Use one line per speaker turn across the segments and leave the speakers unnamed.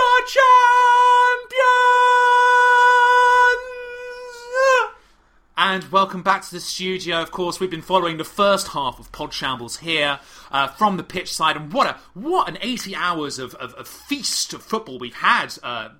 the champions. And welcome back to the studio. Of course, we've been following the first half of Pod Shambles here uh, from the pitch side, and what a what an eighty hours of, of, of feast of football we've had, uh,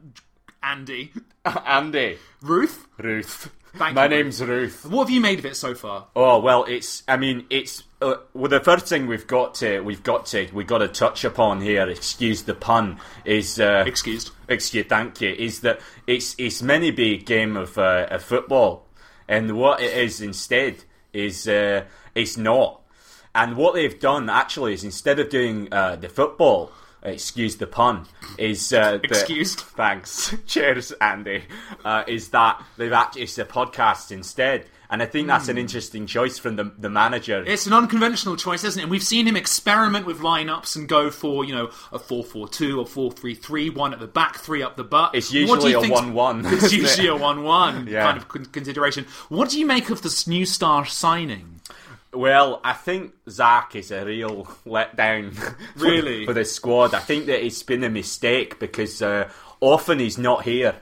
Andy,
Andy,
Ruth.
Ruth.
Thank
My
you,
name's Ruth.
What have you made of it so far?
Oh well, it's. I mean, it's. Uh, well, the first thing we've got to we've got to we got to touch upon here. Excuse the pun. Is uh,
Excused.
excuse thank you. Is that it's it's many be a game of uh, of football, and what it is instead is uh, it's not. And what they've done actually is instead of doing uh, the football, excuse the pun, is uh, the-
Excused.
Thanks. Cheers, Andy. Uh, is that they've actually it's a podcast instead, and I think that's an interesting choice from the the manager.
It's an unconventional choice, isn't it? And we've seen him experiment with lineups and go for, you know, a 4 4 2 or 4 3 3, one at the back, three up the butt.
It's
What do
usually
you
a
think's-
1-1,
It's
isn't it?
usually a 1 1
Yeah.
kind of con- consideration. What do you make of this new star signing?
Well, I think Zach is a real letdown. for-
Really?
for the squad. I think that it's been a mistake because uh, often he's not here,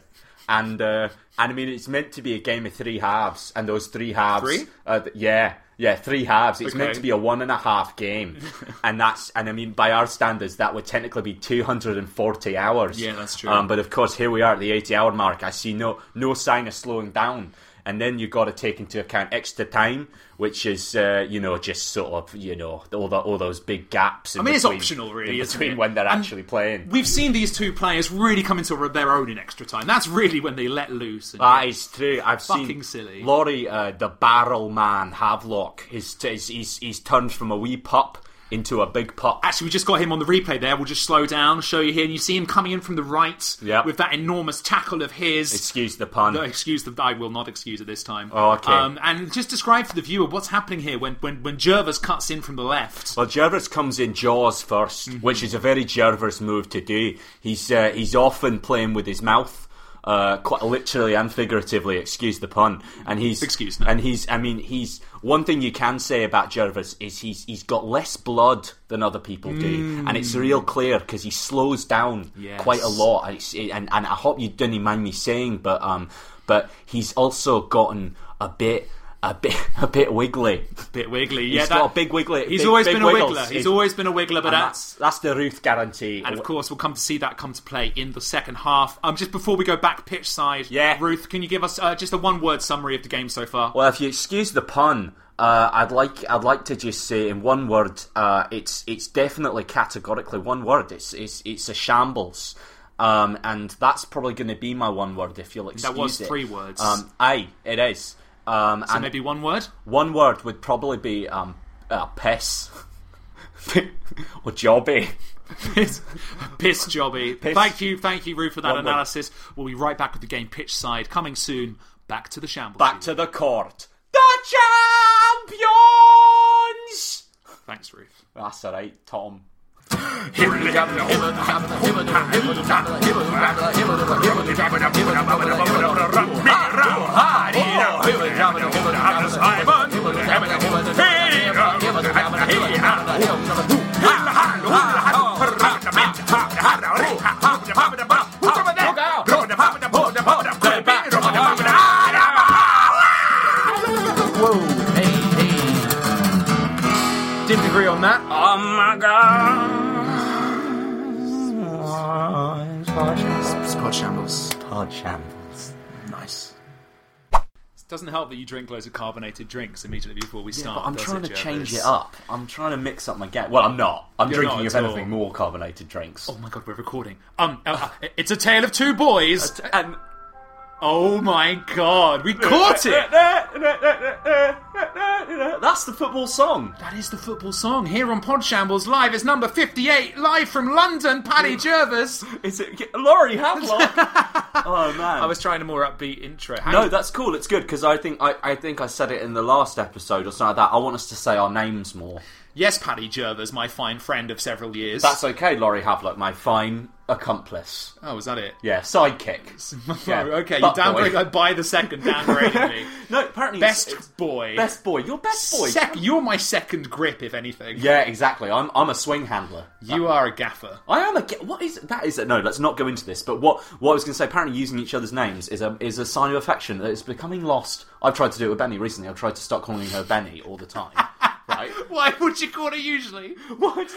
and uh, and I mean it's meant to be a game of three halves, and those three halves,
Three?
Uh, th- yeah, yeah, three halves. It's meant
Okay.
to be a one and a half game, and that's and I mean by our standards that would technically be two hundred and forty hours.
Yeah, that's true.
Um, but of course, here we are at the 80 hour mark. I see no no sign of slowing down. And then you've got to take into account extra time, which is uh, you know just sort of you know all, the, all those big gaps. In
I mean, it's
between,
optional, really,
in
isn't
between
it?
when they're
And
actually playing.
We've seen these two players really come into their own in extra time. That's really when they let loose. And
That is true. I've
Fucking
seen
silly.
Laurie, uh, the barrel man, Havelock. His, his, he's he's turned from a wee pup into a big pup.
Actually, we just got him on the replay there. We'll just slow down, show you here. And you see him coming in from the right
Yep.
with that enormous tackle of his.
Excuse the pun.
No, excuse the. I will not excuse it this time.
Oh, okay.
Um, and just describe for the viewer what's happening here when when when Jervis cuts in from the left.
Well, Jervis comes in Jaws 1st
Mm-hmm.
which is a very Jervis move to do. He's uh, he's often playing with his mouth, uh, quite literally and figuratively. Excuse the pun. And he's
Excuse me.
And he's I mean he's one thing you can say about Jervis is he's he's got less blood than other people do, and it's real clear because he slows down
Mm. Yes.
quite a lot. And, it's, and and I hope you didn't mind me saying, but um, but he's also gotten a bit. A bit, a bit wiggly.
bit wiggly.
He's
yeah, that-
got a big wiggly.
He's
big-
always
big
been a
wiggles.
wiggler. He's,
He's-
always been a wiggler, but
and
that's.
that's that's the Ruth guarantee.
And of course, we'll come to see that come to play in the second half. Um, just before we go back pitch side,
Yeah.
Ruth, can you give us uh, just a one-word summary of the game so far?
well, if you excuse the pun, uh, I'd like I'd like to just say in one word, uh, it's it's definitely categorically one word. It's it's it's a shambles, um, and that's probably going to be my one word if you'll excuse
was
it.
three words.
Um, aye, it is. Um,
so
and
maybe one word.
one word would probably be um, uh, piss or jobby.
Piss, piss jobby.
Piss.
Thank you, thank you, Ruth, for that
One word.
analysis. We'll be right back with the game pitch side coming soon. Back to the shambles.
Back to the court. The champions.
Thanks, Ruth.
That's all right, Tom.
Didn't agree on that.
Oh my god.
Podshambles.
Pod shambles.
Pod shambles.
Nice.
doesn't help that you drink loads of carbonated drinks immediately before we
Yeah,
start.
but I'm
does
trying
it,
to
Jervis?
change it up. I'm trying to mix up my game. Well, I'm not. I'm
You're
drinking,
not
if
at all.
anything, more carbonated drinks.
Oh my god, we're recording. Um, uh, uh, it's a tale of two boys.
And
Oh my god, we caught it.
that's the football song.
That is the football song here on Podshambles Live. It's number 58, live from London, Paddy Jervis.
Is it Laurie Havelock? oh man,
I was trying a more upbeat intro. Hang
No,
on.
that's cool. It's good because I think I, I think I said it in the last episode or something like that. I want us to say our names more.
Yes, Paddy Jervis, my fine friend of several years.
That's okay, Laurie Havelock, my fine accomplice.
Oh, was that it? Oh,
Yeah, sidekick. Yeah.
okay, you
Butt boy.
downgrade like, by the second downgrading me.
No, apparently it's-
Best
it's-
boy.
best boy. You're best boy.
Sec- you're my second grip, if anything.
yeah, exactly. I'm I'm a swing handler.
You are a gaffer.
I am a ge- what is that is no let's not go into this but what what I was going to say apparently using each other's names is a is a sign of affection that is becoming lost I've tried to do it with Benny recently I've tried to stop calling her Benny all the time right
Why would you call her usually?
what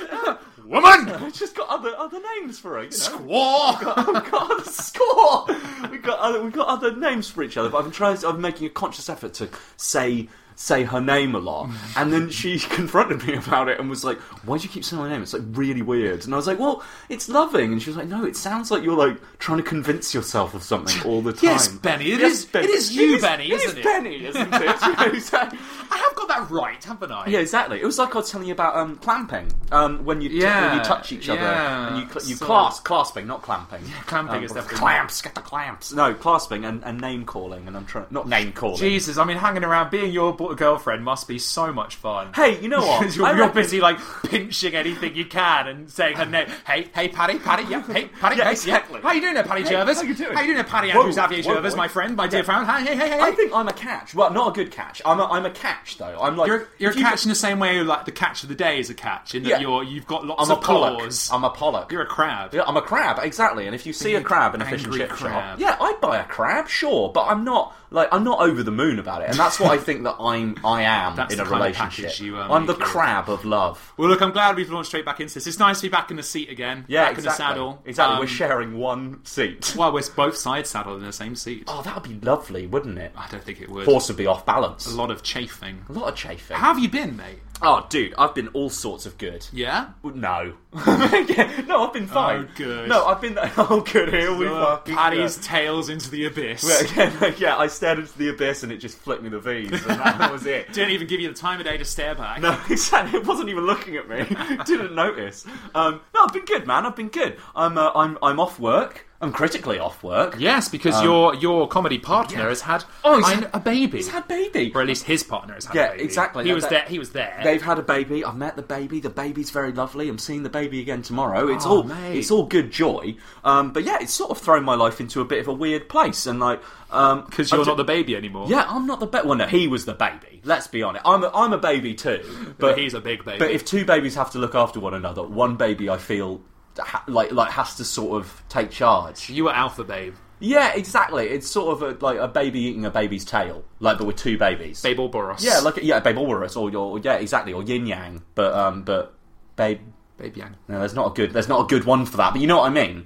Woman!
I've just got other other names for her you know?
Squaw!
We've got other Oh, score. We've got other, we've got other names for each other. But I'm trying. I'm making a conscious effort to say say her name a lot.
Mm.
And then she confronted me about it and was like, "Why do you keep saying my name? It's like really weird." And I was like, "Well, it's loving." And she was like, "No, it sounds like you're like trying to convince yourself of something all the time."
Yes, Benny, it is- it is you, Benny, isn't it?
is Benny, isn't it? Yeah, exactly.
I have got that right, haven't I?
Yeah, exactly. It was like I was telling you about um, clamping. Um, when you
Yeah,
when you touch each other
yeah,
and you cl- you
sort
clasp, clasping, not clamping. Yeah,
clamping is definitely-
clamps. Get the clamps. No, clasping and, and name calling, and I'm trying not name calling.
Jesus, I mean, hanging around, being your bo- girlfriend must be so much fun.
Hey, you know what?
Because you're,
I
you're
reckon-
busy like pinching anything you can and saying her name. Hey, hey, Paddy, Paddy, yeah, hey, Paddy,
Yeah,
hey,
exactly.
How you doing there, Paddy Jervis?
how you doing?
How you doing there, Paddy
Whoa,
Andrew Xavier
whoa,
Jervis,
boy.
my friend, my dear
Yeah.
friend? Hey, hey, hey, hey.
I
hey.
think I'm a catch. Well, not a good catch. I'm a, I'm a catch though. I'm like
you're, you're a
if you
catch
could-
in the same way like the catch of the day is a catch, in that
Yeah.
you're you've got lots
I'm a
of
pollock.
claws.
I'm a pollock.
You're a crab.
Yeah, I'm a crab, exactly. And if you see a crab in a fish and
angry
chip
crab.
shop, yeah, I'd buy a crab, sure. But I'm not like I'm not over the moon about it, and that's what I think that I'm. I am
That's
in
the
a
kind of
relationship.
package you, um,
I'm the
you give.
crab of love.
Well, look, I'm glad we've launched straight back into this. It's nice to be back in the seat again.
Yeah,
back
exactly.
in the saddle.
Exactly.
Um,
We're sharing one seat.
Well, we're both side saddled in the same seat.
Oh, that would be lovely, wouldn't it?
I don't think it would.
Horse would be off balance.
A lot of chafing.
A lot of chafing.
How have you been, mate?
Oh, dude, I've been all sorts of good.
Yeah?
No. Yeah, no, I've been fine.
Oh, good.
No, I've been. Oh, good. Here we fucking
Paddy's tails into the abyss.
Yeah, yeah, yeah, I stared into the abyss and it just flipped me the V's, and that, that was it.
Didn't even give you the time of day to stare back.
No, exactly. It wasn't even looking at me. Didn't notice. Um, no, I've been good, man. I've been good. I'm, uh, I'm, I'm off work. I'm critically off work.
Yes, because your your comedy partner
Um, yeah.
has had
Oh, he's
I kn-
had-
a baby.
He's had baby.
or at least his partner has had
Yeah,
a baby.
exactly.
He
Yeah,
was
that-
there. He was there.
They've had a baby. I've met the baby. The baby's very lovely. I'm seeing the baby again tomorrow. It's
Oh,
all
mate.
it's all good joy. Um, but yeah, it's sort of thrown my life into a bit of a weird place. And like, um,
because
because
you're not the baby anymore.
Yeah, I'm not the baby. Well, no, he was the baby. Let's be honest. I'm a, I'm a baby too, but
he's a big baby.
But if two babies have to look after one another, one baby I feel ha- like like has to sort of take charge.
you were alpha babe,
Yeah, exactly. It's sort of a, like a baby eating a baby's tail, like but with two babies.
babe Boros.
Yeah, like yeah, babe Orus or your yeah, exactly, or yin yang. But um, but babe,
babe Yang.
no, there's not a good there's not a good one for that. But you know what I mean.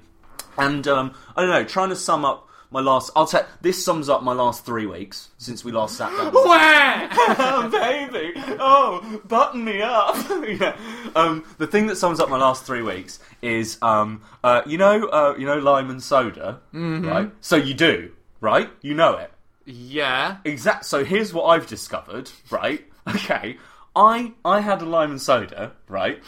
And um, I don't know. Trying to sum up my last, I'll say this sums up my last three weeks since we last sat down. Oh, baby, oh, button me up. yeah. Um, the thing that sums up my last three weeks is, um, uh, you know, uh, you know, lime and soda, right? So you do, right? You know it.
yeah.
Exact. So here's what I've discovered, right? Okay, I I had a lime and soda, right,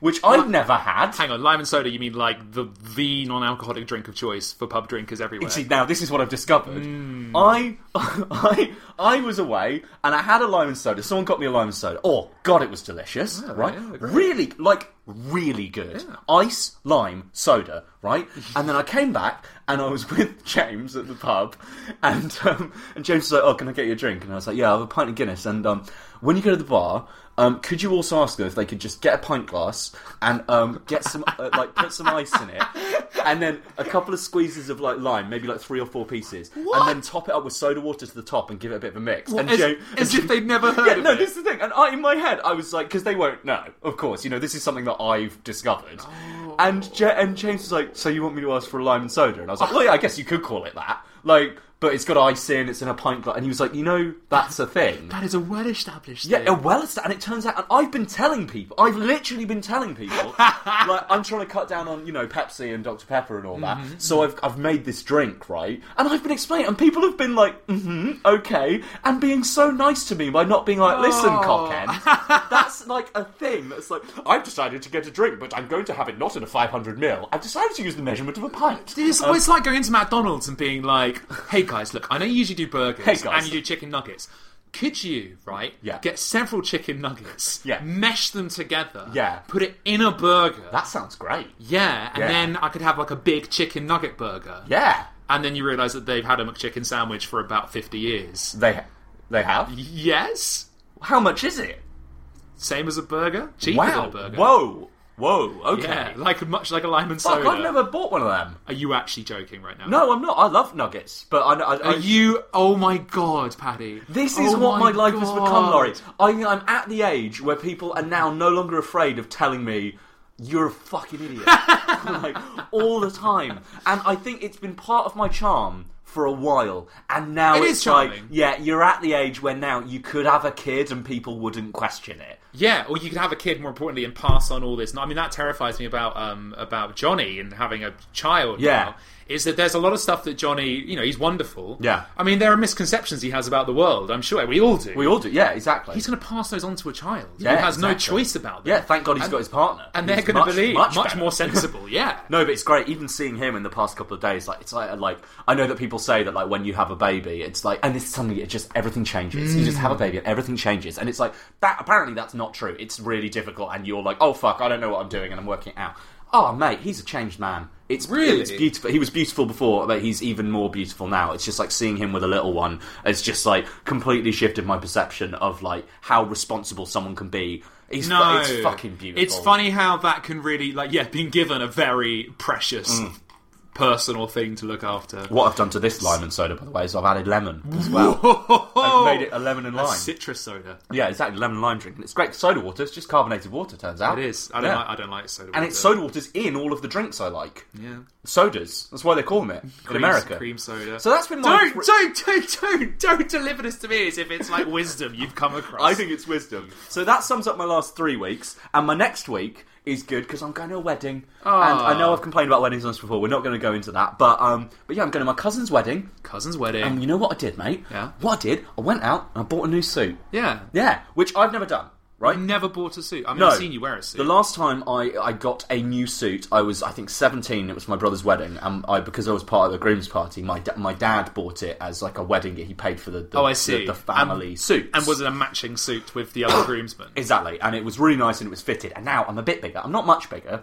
which I've never had.
Hang on, lime and soda. You mean like the the non-alcoholic drink of choice for pub drinkers everywhere?
See, now this is what I've discovered.
Hmm.
I, I, I was away and I had a lime and soda. Someone got me a lime and soda. Oh God, it was delicious,
Oh,
right? really, like really good. Ice, lime, soda, right? And then I came back and I was with James at the pub, and um, and James was like, "Oh, can I get you a drink?" And I was like, "Yeah, I have a pint of Guinness." And um, when you go to the bar. Um, could you also ask them if they could just get a pint glass and um, get some, uh, like, put some ice in it, and then a couple of squeezes of like lime, maybe like three or four pieces, and then top it up with soda water to the top and give it a bit of a mix. and
as-
Jo-
as
and
if they'd never heard
Yeah,
of
no,
it.
this
Oh.
is the thing. And I, in my head, I was like, because they won't know, of course. You know, this is something that I've discovered. And Ja- and James was like, "So you want me to ask for a lime and soda?" And I was like, "Well, yeah, I guess you could call it that." Like, but it's got ice in, it's in a pint glass, and he was like, "You know, that's a thing."
That is a well established
Yeah,
thing.
yeah, well, it's- and it turns out, and I've been telling people, I've literally been telling people, like I'm trying to cut down on you know Pepsi and Dr Pepper and all that. So I've I've made this drink right, and I've been explaining, and people have been like, mm-hmm, okay, and being so nice to me by not being like, listen, cockhead, that's like a thing. That's like I've decided to get a drink, but I'm going to have it not in a 500 ml. I've decided to use the measurement of a pint.
It's, well, it's like going into McDonald's and being like, "Hey guys, look, I know you usually do burgers
Hey, guys.
and you do chicken nuggets. Could you, right?
Yeah.
Get several chicken nuggets,
Yeah.
mesh them together,
Yeah.
put it in a burger,
That sounds great.
yeah, and
Yeah.
then I could have like a big chicken nugget burger,
Yeah,
and then you realise that they've had a McChicken sandwich for about fifty years.
they they have.
Yes,
How much is it?
same as a burger, cheaper than
Wow.
a burger.
Whoa. Whoa. Okay.
Yeah, like much like a lime and
Fuck,
soda.
I've never bought one of them.
Are you actually joking right now?
No, I'm not. I love nuggets, but I. I, I
Are you? Oh my god, Paddy!
This is
Oh
what my, life has become,
God.
Laurie. I, think I'm at the age where people are now no longer afraid of telling me you're a fucking idiot, like all the time. And I think it's been part of my charm for a while, and now
It
it's
is
like,
charming.
yeah, you're at the age where now you could have a kid and people wouldn't question it.
Yeah, or you could have a kid, more importantly, and pass on all this. I mean, that terrifies me about um, about Johnny and having a child.
Yeah.
now, is that there's a lot of stuff that Johnny, you know, he's wonderful.
Yeah.
I mean, there are misconceptions he has about the world. I'm sure we all do.
We all do, yeah, exactly.
He's going to pass those on to a child who
Yeah,
has no
exactly.
choice about them.
yeah, thank God he's
And-
got his partner,
and they're
He's
going to
much,
believe
much,
much,
better.
more sensible. Yeah.
No, but it's great. Even seeing him in the past couple of days, like it's like like I know that people say that like when you have a baby, it's like and it's suddenly it just everything changes. You just have
Mm.
a baby and everything changes, and it's like that. Apparently, that's not true. It's really difficult, and you're like, oh fuck, I don't know what I'm doing, and I'm working it out. Oh mate, he's a changed man. It's
Really?
it's beautiful. He was beautiful before, but he's even more beautiful now. It's just like seeing him with a little one. It's just like completely shifted my perception of like how responsible someone can be. He's fu-
No,
it's fucking beautiful.
It's funny how that can really, like, yeah, being given a very precious
Mm.
personal thing to look after.
What I've done to this lime and soda, by the way, is I've added lemon as well.
Whoa!
I've made it a lemon and
A
lime.
citrus soda.
yeah, exactly, lemon and lime drink. And it's great for soda water. It's just carbonated water, turns out.
It is. I don't.
Yeah.
Like, I don't like soda.
And
water.
it's soda water's in all of the drinks I like.
Yeah.
Sodas. That's why they call them it in
Cream-
America.
cream soda.
So that's been my.
Don't, don't, don't, don't, don't deliver this to me as if it's like wisdom you've come across.
I think it's wisdom. So that sums up my last three weeks, and my next week is good because I'm going to a wedding. And I
Ah.
know I've complained about weddings once before. We're not going to go into that, but um, but yeah, I'm going to my cousin's wedding.
cousin's wedding.
And you know what I did, mate?
Yeah.
What I did, I went out and I bought a new suit.
yeah,
Yeah, which I've never done. Right?
I never bought a suit. I've
No.
never seen you wear a suit.
The last time I, I got a new suit, I was I think seventeen. It was my brother's wedding, and I because I was part of the groom's party. My da- my dad bought it as like a wedding. He paid for the, the
oh, I see.
the, the family
and,
suit
and was it a matching suit with the other groomsman?
exactly, and it was really nice and it was fitted. And now I'm a bit bigger. I'm not much bigger.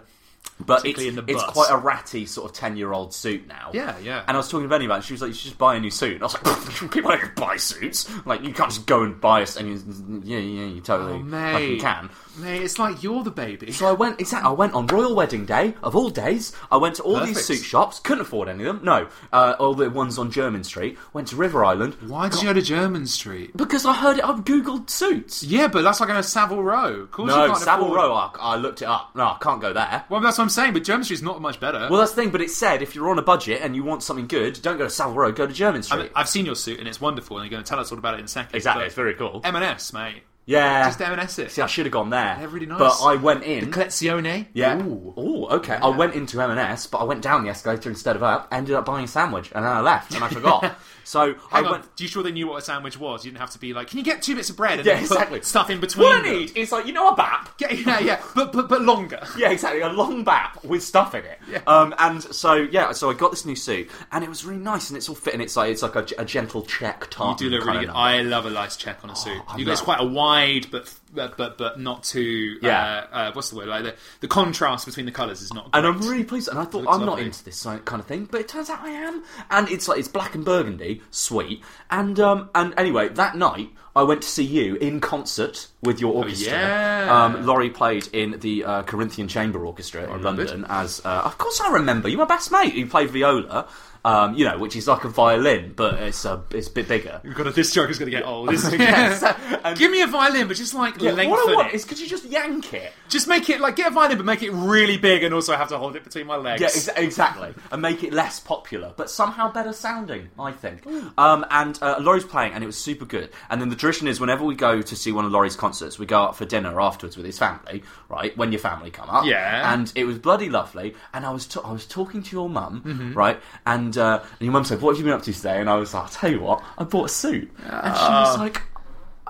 But it's,
Particularly in the
it's
butts.
quite a ratty sort of 10 year old suit now.
Yeah, yeah.
And I was talking to Benny about it, and she was like, you should just buy a new suit. And I was like, people don't just buy suits. Like, you can't just go and buy a suit. And you, yeah, yeah, you totally
Oh,
fucking
mate.
can.
Mate, it's like you're the baby.
So I went exactly. I went on Royal Wedding Day of all days. I went to all these
Perfect.
suit shops. Couldn't afford any of them. No, uh, all the ones on German Street. Went to River Island
Why did you go to German Street?
because I heard it. I've googled suits.
Yeah, but that's like going to Savile Row. Of course you
No,
can't
Savile
afford-
Row. I, I looked it up. No, I can't go there.
Well, that's what I'm saying. But German Street's not much better.
Well, that's the thing. But it said if you're on a budget and you want something good, don't go to Savile Row. Go to
I
German Street.
mean, I've seen your suit and it's wonderful, and you're going to tell us all about it in a second.
exactly.
but-
It's very cool.
M&S, mate.
yeah.
Just M&S it.
See, I should have gone there.
They're really nice.
But I went in.
Collezione.
Yeah. Oh, Ooh, okay. I went into M&S, but I went down the escalator instead of up. Ended up buying a sandwich, and then I left, and I forgot. so I
Hang on.
went.
Do you sure they knew what a sandwich was? You didn't have to be like, can you get two bits of bread and
Yeah,
then
exactly.
put stuff in between?
What I
them?"
need is like you know a bap.
Yeah, yeah, yeah. But, but, but longer.
Yeah, exactly. A long bap with stuff in it.
Yeah.
Um, and so yeah, so I got this new suit, and it was really nice, and it's all fit, and it's like it's like a, a gentle check
You
tartan.
do look really good.
kinda nice.
I love a lice check on a suit.
Oh, I
you, it's
know.
quite a wide, but but but, but not too.
Yeah.
Uh, uh, what's the word? Like the, the contrast between the colours is not. Great.
And I'm really pleased, and I thought
Looks
I'm not
lovely.
into this kind of thing, but it turns out I am. And it's like it's black and burgundy, sweet. And um, and anyway, that night I went to see you in concert with your orchestra.
Oh, yeah.
um, Laurie played in the uh, Corinthian Chamber Orchestra in
remembered.
London as, uh, of course, I remember. You're my best mate. You played viola, um, you know, which is like a violin, but it's a it's a bit bigger.
We've got a, this joke is going to get old. Isn't it?
Yes.
Yeah. Give me a violin, but just like
Yeah,
lengthen
what I want
it.
is could you just yank it?
Just make it like get a violin, but make it really big, and also have to hold it between my legs.
Yeah, exa- exactly. And make it less popular, but somehow better sounding, I think. Um, and uh, Laurie's playing, and it was super good. And then the tradition is whenever we go to see one of Laurie's concerts, we go out for dinner afterwards with his family, right? When your family come up.
Yeah.
And it was bloody lovely. And I was, t- I was talking to your mum, right? And, uh, and your mum said, What have you been up to today? And I was like, I'll tell you what, I bought a suit. And she was like,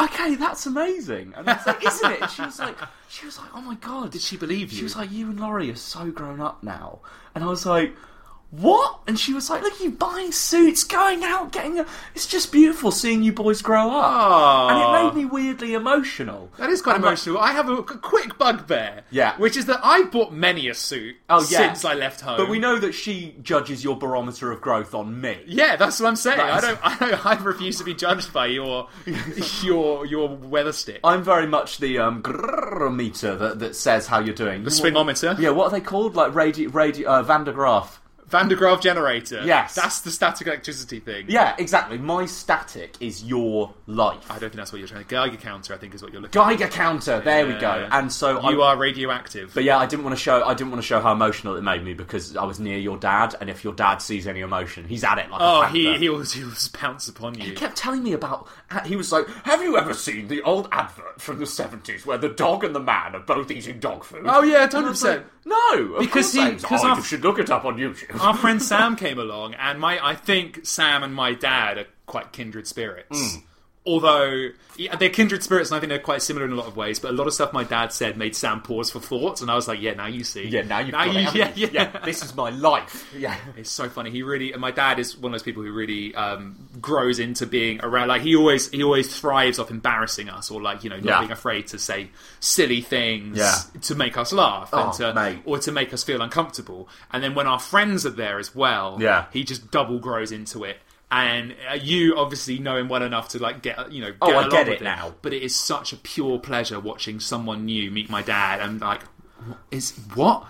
Okay, that's amazing. And I was like, isn't it? And she was like, she was like, oh my god, did
she believe you?
She was like, you and Laurie are so grown up now. And I was like, what? And she was like, look, you buying suits, going out, getting a... It's just beautiful seeing you boys grow up.
Aw.
And it made me weirdly emotional.
Ah. That is quite
And, like,
emotional. I have a, a quick bugbear.
Yeah.
Which is that I bought many a suit
oh yeah,
since I left home.
But we know that she judges your barometer of growth on me.
Yeah, that's what I'm saying.
That
I
is-
don't. I, don't, I refuse to be judged by your your your weather stick.
I'm very much the um, grrrr meter that, that says how you're doing. The
swingometer?
Yeah, what are they called? Like radio, radio uh, Van de Graaff.
Van de Graaff generator.
Yes.
that's the static electricity thing.
Yeah, exactly. My static is your life.
I don't think that's what you're trying. to... Geiger counter, I think, is what you're looking.
Geiger counter. There we go. And so
You
I,
are radioactive.
But yeah, I didn't want to show. I didn't want to show how emotional it made me because I was near your dad, and if your dad sees any emotion, he's at it like a
oh,
panther.
he he will, he will just bounce upon you.
He kept telling me about. uh, He was like, "Have you ever seen the old advert from the seventies where the dog and the man are both eating dog food?"
Oh, yeah,
And I was
100%.
like, No, of
Because
course
he-
not.
because
oh,
our-
you should look it up on YouTube.
Our friend Sam came along, and my I think Sam and my dad are quite kindred spirits.
Hmm.
Although yeah, they're kindred spirits, and I think they're quite similar in a lot of ways. But a lot of stuff my dad said made Sam pause for thought, and I was like, "Yeah, now you see.
yeah, now you've got it, haven't
yeah,
you?
yeah,
This is my life. Yeah.
It's so funny. He really, and my dad is one of those people who really um, grows into being around. Like he always, he always thrives off embarrassing us, or like you know, not
Yeah.
being afraid to say silly things
Yeah.
to make us laugh,
Oh,
and to,
mate.
or to make us feel uncomfortable. And then when our friends are there as well,
Yeah.
he just double grows into it. And uh, you obviously know him well enough to like get you know. Get
Oh, I
along
get
with
it now.
But it is such a pure pleasure watching someone new meet my dad, and like. Is what?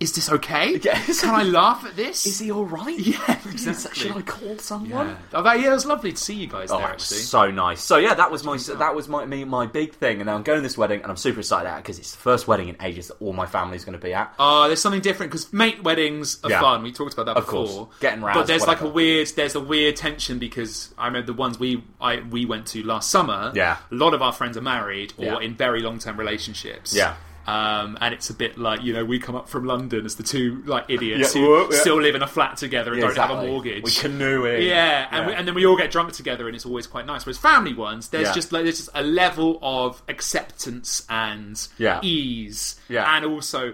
Is this okay?
Yes.
Can I laugh at this?
Is he all right?
Yeah,
Is-
exactly.
Should I call someone?
Yeah. Oh, that, yeah, it was lovely to see you guys
Oh,
there.
it was
Actually,
so nice. So yeah, that was my that was my me, my big thing, and I'm going to this wedding, and I'm super excited out because it's the first wedding in ages that all my family's going to be at.
Oh, there's something different because mate weddings are
Yeah.
fun. We talked about that
Of
before.
course. Getting
but
roused,
there's like a
whatever.
weird, there's a weird tension because I remember the ones we I, we went to last summer.
Yeah.
a lot of our friends are married or
Yeah.
in very long term relationships.
Yeah.
Um, and it's a bit like you know we come up from London as the two like idiots
Yeah,
who
whoa, yeah.
still live in a flat together and
Yeah,
don't have a
exactly.
mortgage.
We canoeing.
Yeah, and,
Yeah.
We, and then we all get drunk together, and it's always quite nice. Whereas family ones, there's
Yeah.
just like there's just a level of acceptance and
Yeah.
ease,
Yeah.
and also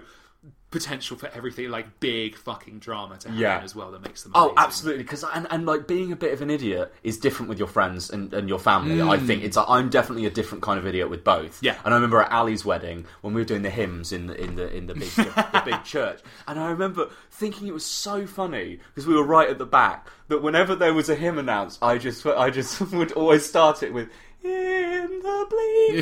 potential for everything like big fucking drama to happen
Yeah.
as well that makes them.
Oh,
amazing.
absolutely. Because and, and like being a bit of an idiot is different with your friends and, and your family. I think it's like, I'm definitely a different kind of idiot with both.
Mm. Yeah.
And I remember at Ali's wedding when we were doing the hymns in the in the in the big the, big church, and I remember thinking it was so funny because we were right at the back that whenever there was a hymn announced, I just I just would always start it with. In the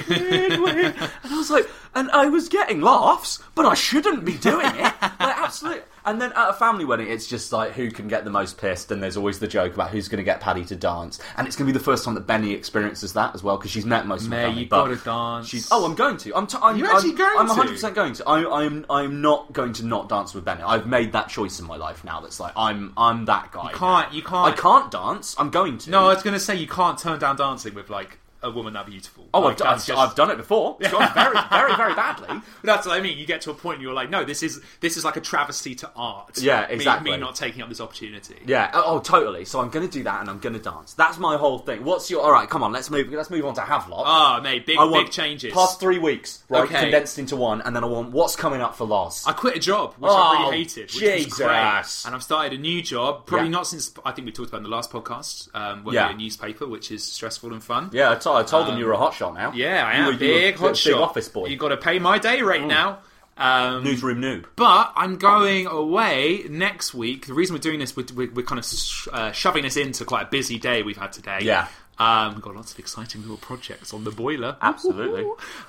bleak midwinter," and I was like, and I was getting laughs, but I shouldn't be doing it. Like, absolutely. And then at a family wedding, it's just like who can get the most pissed, and there's always the joke about who's going to get Paddy to dance, and it's going to be the first time that Benny experiences that as well because she's met most of
May,
my family.
you
but
gotta dance.
She's oh, I'm going to. I'm. T- I'm
You're actually
I'm,
going
I'm
to?
100 percent going to. I, I'm. I'm not going to not dance with Benny. I've made that choice in my life now. That's like I'm. I'm that guy. You
can't- you can't-
I can't dance. I'm going to.
No, I was gonna say you can't turn down dancing with like a woman that beautiful.
Oh,
like,
I've, I've,
that's just-
I've done it before. It's gone very, very, very badly.
That's what I mean. You get to a point and you're like, no, this is this is like a travesty to art.
Yeah,
Me- Me,
exactly.
not taking up this opportunity.
Yeah. Oh, oh, totally. So I'm going to do that, and I'm going to dance. That's my whole thing. What's your? All right, come on. Let's move. Let's move on to Havelock.
Oh, mate, big
I want
big changes.
Past three weeks, right?
Okay.
Condensed into one, and then I want what's coming up for Lars.
I quit a job, which I
Oh,
really hated, which was
Jesus.
great. And I've started a new job, probably
Yeah.
not since I think we talked about in the last podcast, um, working
Yeah.
at a newspaper, which is stressful and fun.
yeah, I told- I told them you were a hotshot now.
Um, Yeah, I
You
am
were-
a
you were
big
a
hot shot.
office boy. Mm.
You got to pay my day rate now. Um,
newsroom noob.
but I'm going away next week. The reason we're doing this, we're, we're, we're kind of sh- uh, shoving this into quite a busy day we've had today.
Yeah.
Um, got lots of exciting little projects on the boiler.
Absolutely.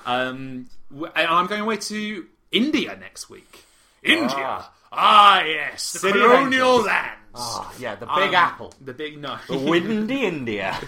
Um, w- and I'm going away to India next week. India. Ah, yes, the
City of
colonial
angels.
lands.
Oh, yeah, the
Um,
Big Apple.
The big no.
Windy India.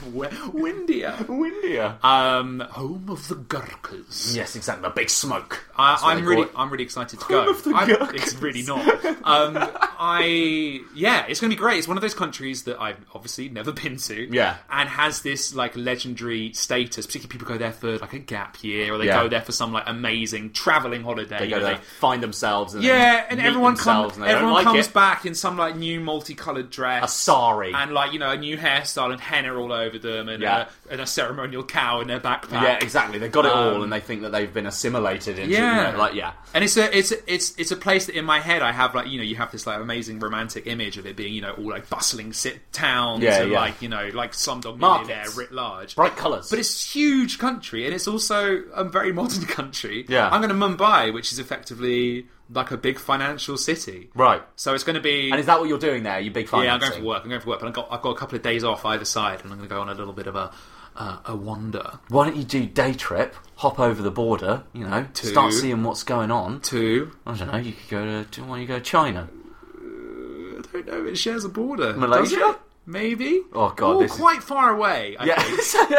Windia.
Windia.
Um, home of the Gurkhas.
yes, exactly. The big smoke.
I,
That's what
I'm
they
really,
call it.
I'm really excited to go.
of the
I'm-
Gurkhas.
it's really not. Um, I yeah, it's going to be great. It's one of those countries that I've obviously never been to.
Yeah.
and has this like legendary status. Particularly people go there for like a gap year, or they
Yeah.
go there for some like amazing traveling holiday.
They
you
go
know,
there, find themselves, and
yeah,
then
and
meet
everyone
themselves,
comes.
and they
everyone
don't like
comes
it. Ah,
back in some like new multicolored dress,
A sari.
and like you know a new hairstyle and henna all over them, and,
Yeah.
a, and a ceremonial cow in their backpack.
Yeah, exactly. They've got it all,
Um,
and they think that they've been assimilated into.
Yeah,
you know, like yeah,
and it's a it's a, it's it's a place that in my head I have like you know you have this like amazing romantic image of it being you know all like bustling sit towns
Yeah,
and
yeah.
like you know like Slumdog Millionaire
Markets.
writ large,
bright colours.
but it's huge country and it's also a very modern country.
Yeah.
I'm going to Mumbai, which is effectively like a big financial city,
right.
So it's going to be
And is that what you're doing there? You big financing?
yeah, I'm going for work. I'm going for work, but I've got I've got a couple of days off either side, and I'm going to go on a little bit of a uh, a wander
Why don't you do day trip? Hop over the border, you know, start seeing what's going on.
to
I don't know. You could go to. do- Why don't you go to China?
I don't know. It shares a border.
Malaysia?
does it? Maybe.
Oh, God,
Ooh,
this is-
quite far away. I
Yeah, Um,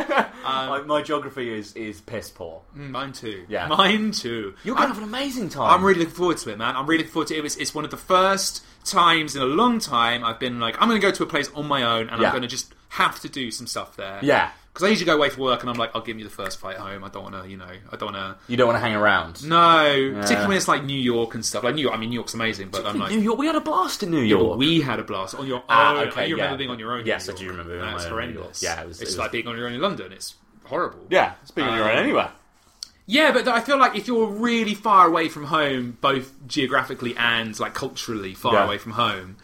think.
my, my geography is is piss poor.
Mm, Mine too.
Yeah.
Mine too.
You're gonna have an amazing time.
I'm really looking forward to it, man. I'm really looking forward to it. It's, it's one of the first times in a long time I've been like, I'm going to go to a place on my own, and
Yeah.
I'm going to just have to do some stuff there.
Yeah.
Because I usually go away for work, and I'm like, I'll give you the first flight home. I don't want to, you know, I don't want to.
You don't want to hang around.
No, particularly when it's like New York and stuff. Like New York, I mean, New York's amazing, but I'm like,
New York. We had a blast in New
Yeah, but
York.
we had a blast on your own.
Ah, okay,
you remember
yeah.
being on your own? in
Yes,
New
I do
York.
remember being
And
on
That's
my own in New
horrendous.
York. Yeah, it was-
it's
it was-
like being on your own in London. It's horrible.
yeah, speaking of your own anywhere.
yeah, but I feel like if you're really far away from home, both geographically and like culturally far
Yeah.
away from home,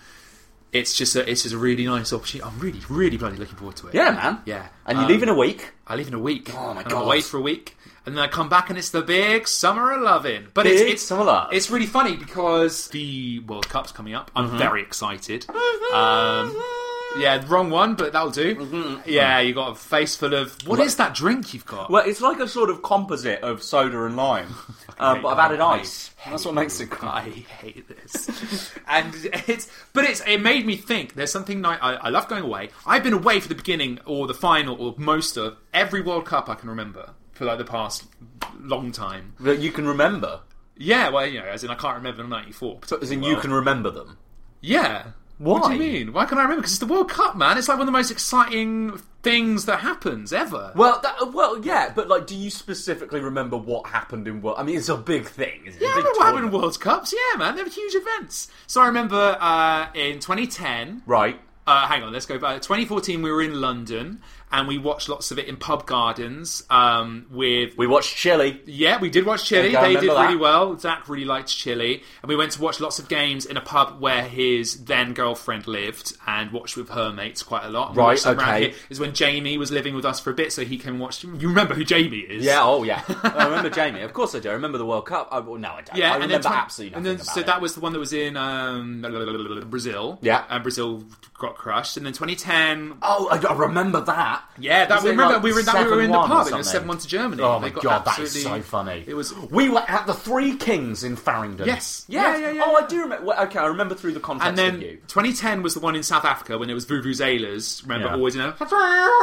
it's just a, it's just a really nice opportunity. I'm really, really bloody looking forward to it.
Yeah, man.
Yeah.
And you
Um,
leave in a week.
I leave in a week.
Oh, my
and
God.
I'm away for a week, and then I come back, and it's the big summer of loving. But
Big
it's it's
summer love.
It's really funny because the World Cup's coming up. I'm
Mm-hmm.
very excited. Um, yeah, wrong one, but that'll do.
Mm-hmm,
Yeah, you got a face full of what is that drink you've got?
Well, it's like a sort of composite of soda and lime, um, but I've added ice. That's what makes it
I
great.
hate this, and it's but it's it made me think. There's something ni- I, I love going away. I've been away for the beginning or the final or most of every World Cup I can remember for like the past long time.
That you can remember.
Yeah, well, you know, as in I can't remember '94.
So, as in, you can remember them.
Yeah. What do you
Why?
mean? Why can I remember? Because it's the World Cup, man. It's like one of the most exciting things that happens ever.
Well, that, uh, well, yeah, but like, do you specifically remember what happened in World? I mean, it's a big thing. Isn't
yeah, I remember what happened in World Cups. Yeah, man, they were huge events. So I remember uh, in 2010.
Right.
Uh, hang on, let's go back. 2014, we were in London and we watched lots of it in pub gardens. Um, with
We watched Chile.
yeah, we did watch Chile.
Okay, I
they did
remember that.
really well. Zach really liked Chile, and we went to watch lots of games in a pub where his then girlfriend lived and watched with her mates quite a lot. And we
Right,
watched them around
okay.
here. It was when Jamie was living with us for a bit, so he came and watched. You remember who Jamie is?
Yeah. Oh, yeah. I remember Jamie. Of course, I do. I remember the World Cup. I, well, no, I don't.
Yeah,
I
and
remember
then twen-
absolutely nothing
And then
about
so
it.
that was the one that was in um, Brazil.
Yeah.
and Brazil got crushed. And then 2010,
Oh, I, I remember that.
Yeah, that
Was
we
it
remember
like
we were in that we were in the
7-1 or
pub. It was
something?
seven one to Germany.
Oh
They
my
got
god, that is so
absolutely-
funny.
It was
we were at the Three Kings in Farringdon.
Yes.
yes.
Yeah, yeah, yeah,
oh,
yeah.
I do remember. Well, okay, I remember through the context
And then
of you.
2010 was the one in South Africa when it was Vuvuzelas. Remember,
Yeah.
always in a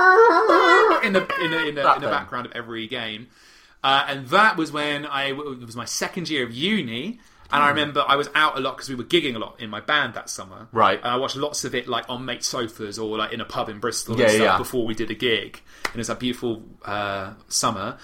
in the in the, in the,
That
in the
thing.
background of every game. Uh, and that was when I it was my second year of uni. And I remember I was out a lot because we were gigging a lot in my band that summer.
Right.
And I watched lots of it like on mate sofas or like in a pub in Bristol
Yeah,
and stuff
yeah.
before we did a gig. And it was that beautiful uh, summer.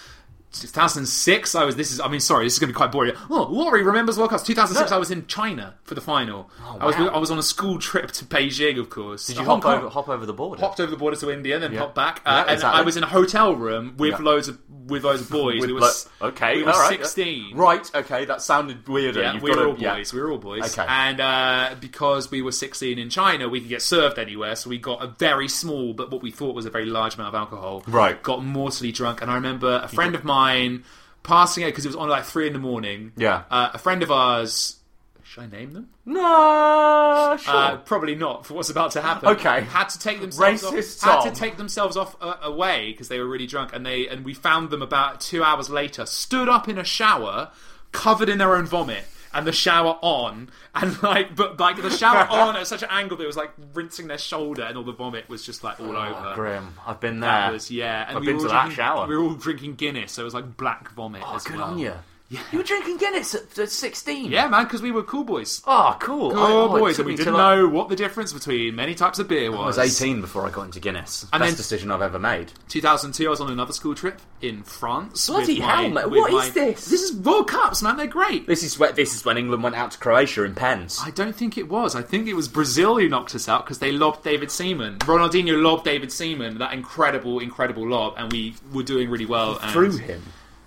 2006, I was. This is. I mean, sorry, this is going to be quite boring. Oh, Laurie remembers World Cups. 2006, I was in China for the final. I was.
Oh, wow.
I was on a school trip to Beijing, of course.
Did you
Uh,
hop
Hong
over,
Kong.
hop over the border?
Hopped over the border to India, then popped back,
Yeah,
uh, and
exactly.
I was in a hotel room with
Yeah.
loads of with those boys.
With
we were
lo-
s-
okay,
we were
all right, yeah.
sixteen.
Right. Okay, that sounded weirder.
Yeah,
You've
we
got
were
to-
all
yeah.
boys. We were all boys.
Okay.
And uh, because we were 16 in China, we could get served anywhere. So we got a very small, but what we thought was a very large amount of alcohol.
Right.
Got mortally drunk. And I remember a friend of mine passing out because it was on like three in the morning.
Yeah.
Uh, a friend of ours Should I name them?
No, sure.
Uh, probably not for what's about to happen.
Okay.
had to take themselves
Racist
off, had
Tom.
to take themselves off uh, away because they were really drunk, and they and we found them about two hours later, stood up in a shower, covered in their own vomit. And the shower on, and like, but like the shower on at such an angle that it was like rinsing their shoulder, and all the vomit was just like all over.
Oh, Grim. I've been there.
That was yeah. And
I've
we
been
were
to
all
that
drinking-
shower.
We were all drinking Guinness, so it was like black vomit.
oh,
as
good
well.
on you. You were drinking Guinness at, at 16.
Yeah, man, because we were cool boys.
Oh, cool.
Cool
I- oh, it
boys,
took
and we
me
didn't
till I-
know what the difference between many types of beer was.
I was 18 before I got into Guinness.
And
Best
then-
decision I've ever made.
2002, I was on another school trip in France.
Bloody
with
hell,
my,
mate,
with
what
my-
is this?
This is World Cups, man. They're great.
This is where, this is when England went out to Croatia in pens.
I don't think it was. I think it was Brazil who knocked us out because they lobbed David Seaman. Ronaldinho lobbed David Seaman, that incredible, incredible lob, and we were doing really well. and-
threw him.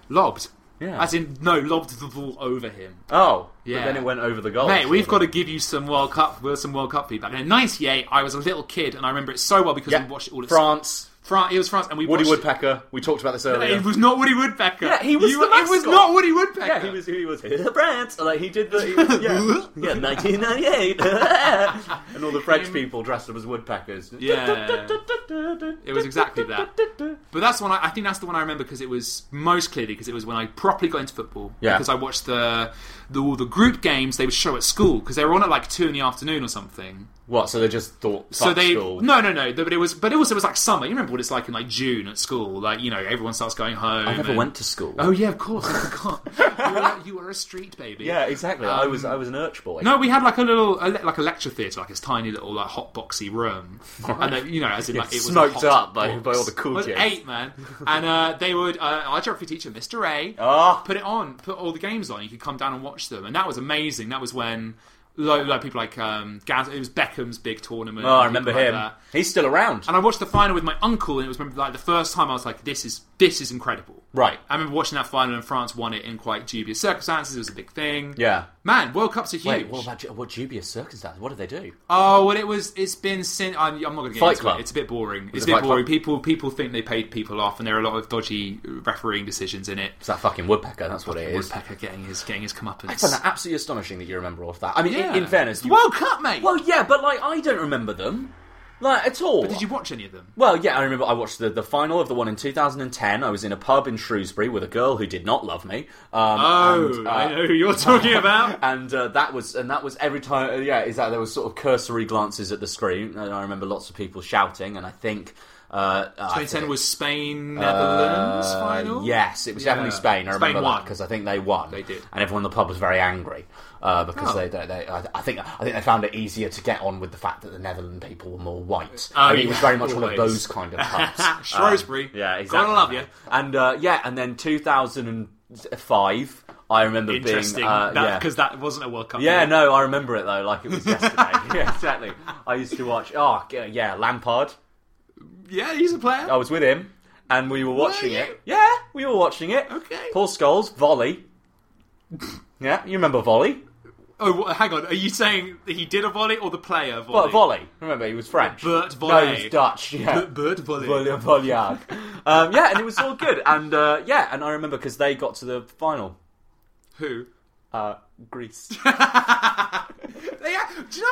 Lobbed.
Yeah.
As in, no, lobbed the ball over him.
Oh,
Yeah.
But then it went over the goal.
Mate, we've got to give you some World Cup, well, some World Cup feedback. And in '98, I was a little kid, and I remember it so well because
Yeah.
we watched it all. At
France.
France. It was France, and we
Woody
watched it-
Woodpecker. We talked about this earlier.
It was not Woody Woodpecker.
Yeah, he was
You-
the
It was
mascot.
not Woody Woodpecker.
Yeah, he was. He was France. Like he did the. He was, yeah, yeah, 1998. and all the French people dressed up as woodpeckers.
Yeah. It was exactly that. But that's the one I, I think that's the one I remember because it was most clearly because it was when I properly got into football.
Yeah.
Because I watched the, the all the group games they would show at school because they were on at like two in the afternoon or something.
What? So they just thought. Fuck
so they
school.
no no no but it was but it also was like summer. You remember what it's like in like June at school? Like you know everyone starts going home.
I never
and-
went to school.
Oh yeah, of course. I forgot. you, were, you were a street baby.
yeah, exactly. I was. I was an urch boy.
No, we had like a little, a, le- like a lecture theatre, like this tiny little, like hot boxy room, and then, you know, as in like it was a
Smoked
hot
up by-
box.
by all the cool
It was
kids.
Eight man, and uh, they would uh, our geography teacher, Mr. A,
Ah.
put it on, put all the games on. You could come down and watch them, and that was amazing. That was when like, like people like um, Gaz, it was Beckham's big tournament.
Oh, I
and people
remember
like
him.
that.
He's still around.
And I watched the final with my uncle, and it was like the first time I was like, "This is this is incredible."
Right.
I remember watching that final, and France won it in quite dubious circumstances. It was a big thing.
Yeah.
Man, World Cups are huge.
Wait, what about ju- what dubious circumstances? What did they do?
Oh well, it was. It's been since. I'm, I'm not going to get
Fight
into
Club.
it. It's a bit boring. It's
it
a bit
Fight Club?
boring. People people think they paid people off, and there are a lot of dodgy refereeing decisions in it.
It's that fucking woodpecker. That's what it is.
Woodpecker getting his getting his comeuppance.
I find that absolutely astonishing that you remember all of that. I mean,
Yeah.
in, in fairness,
It's
you,
World Cup, mate.
Well, yeah, but like I don't remember them, like at all.
Did you watch any of them?
Well, yeah, I remember I watched the, the final of the one in 2010. I was in a pub in Shrewsbury with a girl who did not love me. Um,
Oh,
and, uh,
I know who you're talking about.
and uh, that was and that was every time. uh, yeah, is that there was sort of cursory glances at the screen, and I remember lots of people shouting. And I think uh, uh, I
2010
think-
was Spain Netherlands
uh,
final.
Yes, it was
Yeah.
definitely Spain. I
Spain
remember
won.
because I think they won.
They did.
and everyone in the pub was very angry uh, because
Oh.
they, they, they I, I think I think they found it easier to get on with the fact that the Netherlands people were more white.
Oh,
and it
yeah,
was very much one of
always.
those kind of pubs.
Shrewsbury.
Um, yeah,
Gotta
exactly.
love you.
And uh, yeah, and then 2005. I remember
Interesting.
being uh, yeah.
Because that wasn't a World Cup.
Yeah,
game.
no, I remember it though, like it was yesterday. yeah, exactly. I used to watch. Oh, g- yeah, Lampard.
Yeah, he's a player.
I was with him, and we were watching
you?
it. Yeah, we were watching it.
Okay.
Paul Scholes volley. yeah, you remember volley?
Oh, wha- hang on. Are you saying that he did a volley or the player volley?
Well, volley. Remember, he was French.
Bert
No,
Volley.
he was Dutch. Yeah.
Bert- Bert Volley.
Volley- Volleyard. um, yeah, and it was all good. And uh, yeah, and I remember because they got to the final.
Who?
Uh, Greece.
They, are- do you know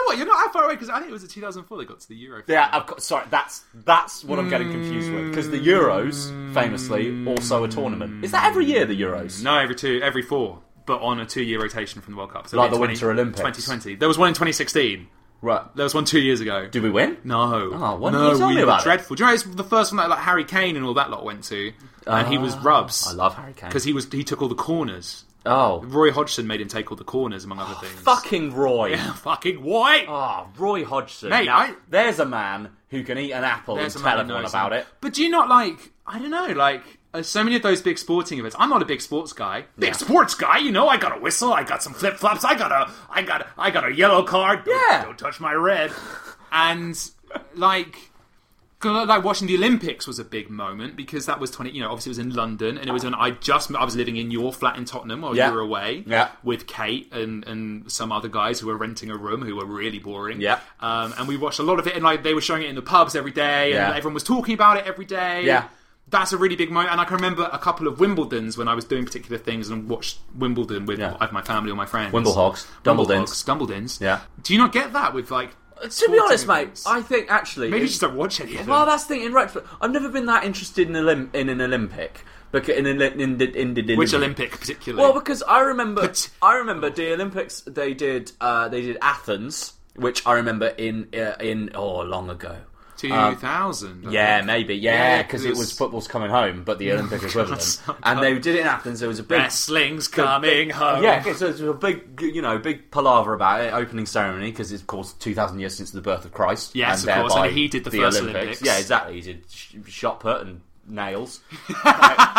what? You're not that far away because I think it was in 2004 they got to the Euro.
Yeah, of course. Sorry, that's that's what I'm getting confused with because the Euros, famously, also a tournament. Is that every year the Euros?
No, every two, every four, but on a two-year rotation from the World Cup. So
Like
it'll
the
be
Winter Olympics.
2020. There was one in 2016.
Right.
There was one two years ago.
Did we win?
no.
Oh, why didn't
no,
you tell
we
me
were
about it?
dreadful. Do you know it's the first one that like Harry Kane and all that lot went to, and he was rubs.
Ah, I love Harry Kane.
because he was he took all the corners.
Oh,
Roy Hodgson made him take all the corners among other things.
fucking Roy.
fucking white.
Ah, Roy Hodgson.
Mate,
Now,
I-
there's a man who can eat an apple and
man
tell
who
everyone
knows
about
him.
it.
But do you not like? I don't know. Like uh, so many of those big sporting events. I'm not a big sports guy. Big sports guy, you know. I got a whistle. I got some flip flops. I got a. I got. a- I got a yellow card. Don't-
Yeah.
Don't touch my red. And like. 'cause, Like watching the Olympics was a big moment because that was twenty. You know, obviously it was in London, and it was when I just I was living in your flat in Tottenham while
Yeah.
you were away
Yeah.
with Kate and and some other guys who were renting a room who were really boring.
Yeah.
um, and we watched a lot of it, and like they were showing it in the pubs every day, and
Yeah.
everyone was talking about it every day.
Yeah.
that's a really big moment. And I can remember a couple of Wimbledons when I was doing particular things and watched Wimbledon with
Yeah.
either my family or my friends.
Wimblehogs.
Wimblehogs, Dumbledins.
Yeah. Uh,
Do you not get that with like?
To be honest,
sporting
mate,
events?
I think actually
maybe you
it's-
just don't watch any of them.
Well, that's the thing. In retrospect, I've never been that interested in, Olymp- in an Olympic. Because in, in, in, in, in, in
Which Olympic particularly?
Well, because I remember,
But-
I remember the Olympics. They did, uh, they did Athens, which I remember in uh, in oh long ago.
two thousand.
uh, Yeah, maybe. Yeah, because it was
put.
football's coming home, but
Oh,
the Olympic equivalent.
stop
And they did it in Athens. There was a big
Wrestling's coming home.
Yeah, okay, so there's a big, you know, big palaver about it. Opening ceremony because it's of course 2,000 years since the birth of Christ.
Yes,
and
of course, and
thereby
he did the first Olympics.
Yeah, exactly. He did sh- shot put and nails.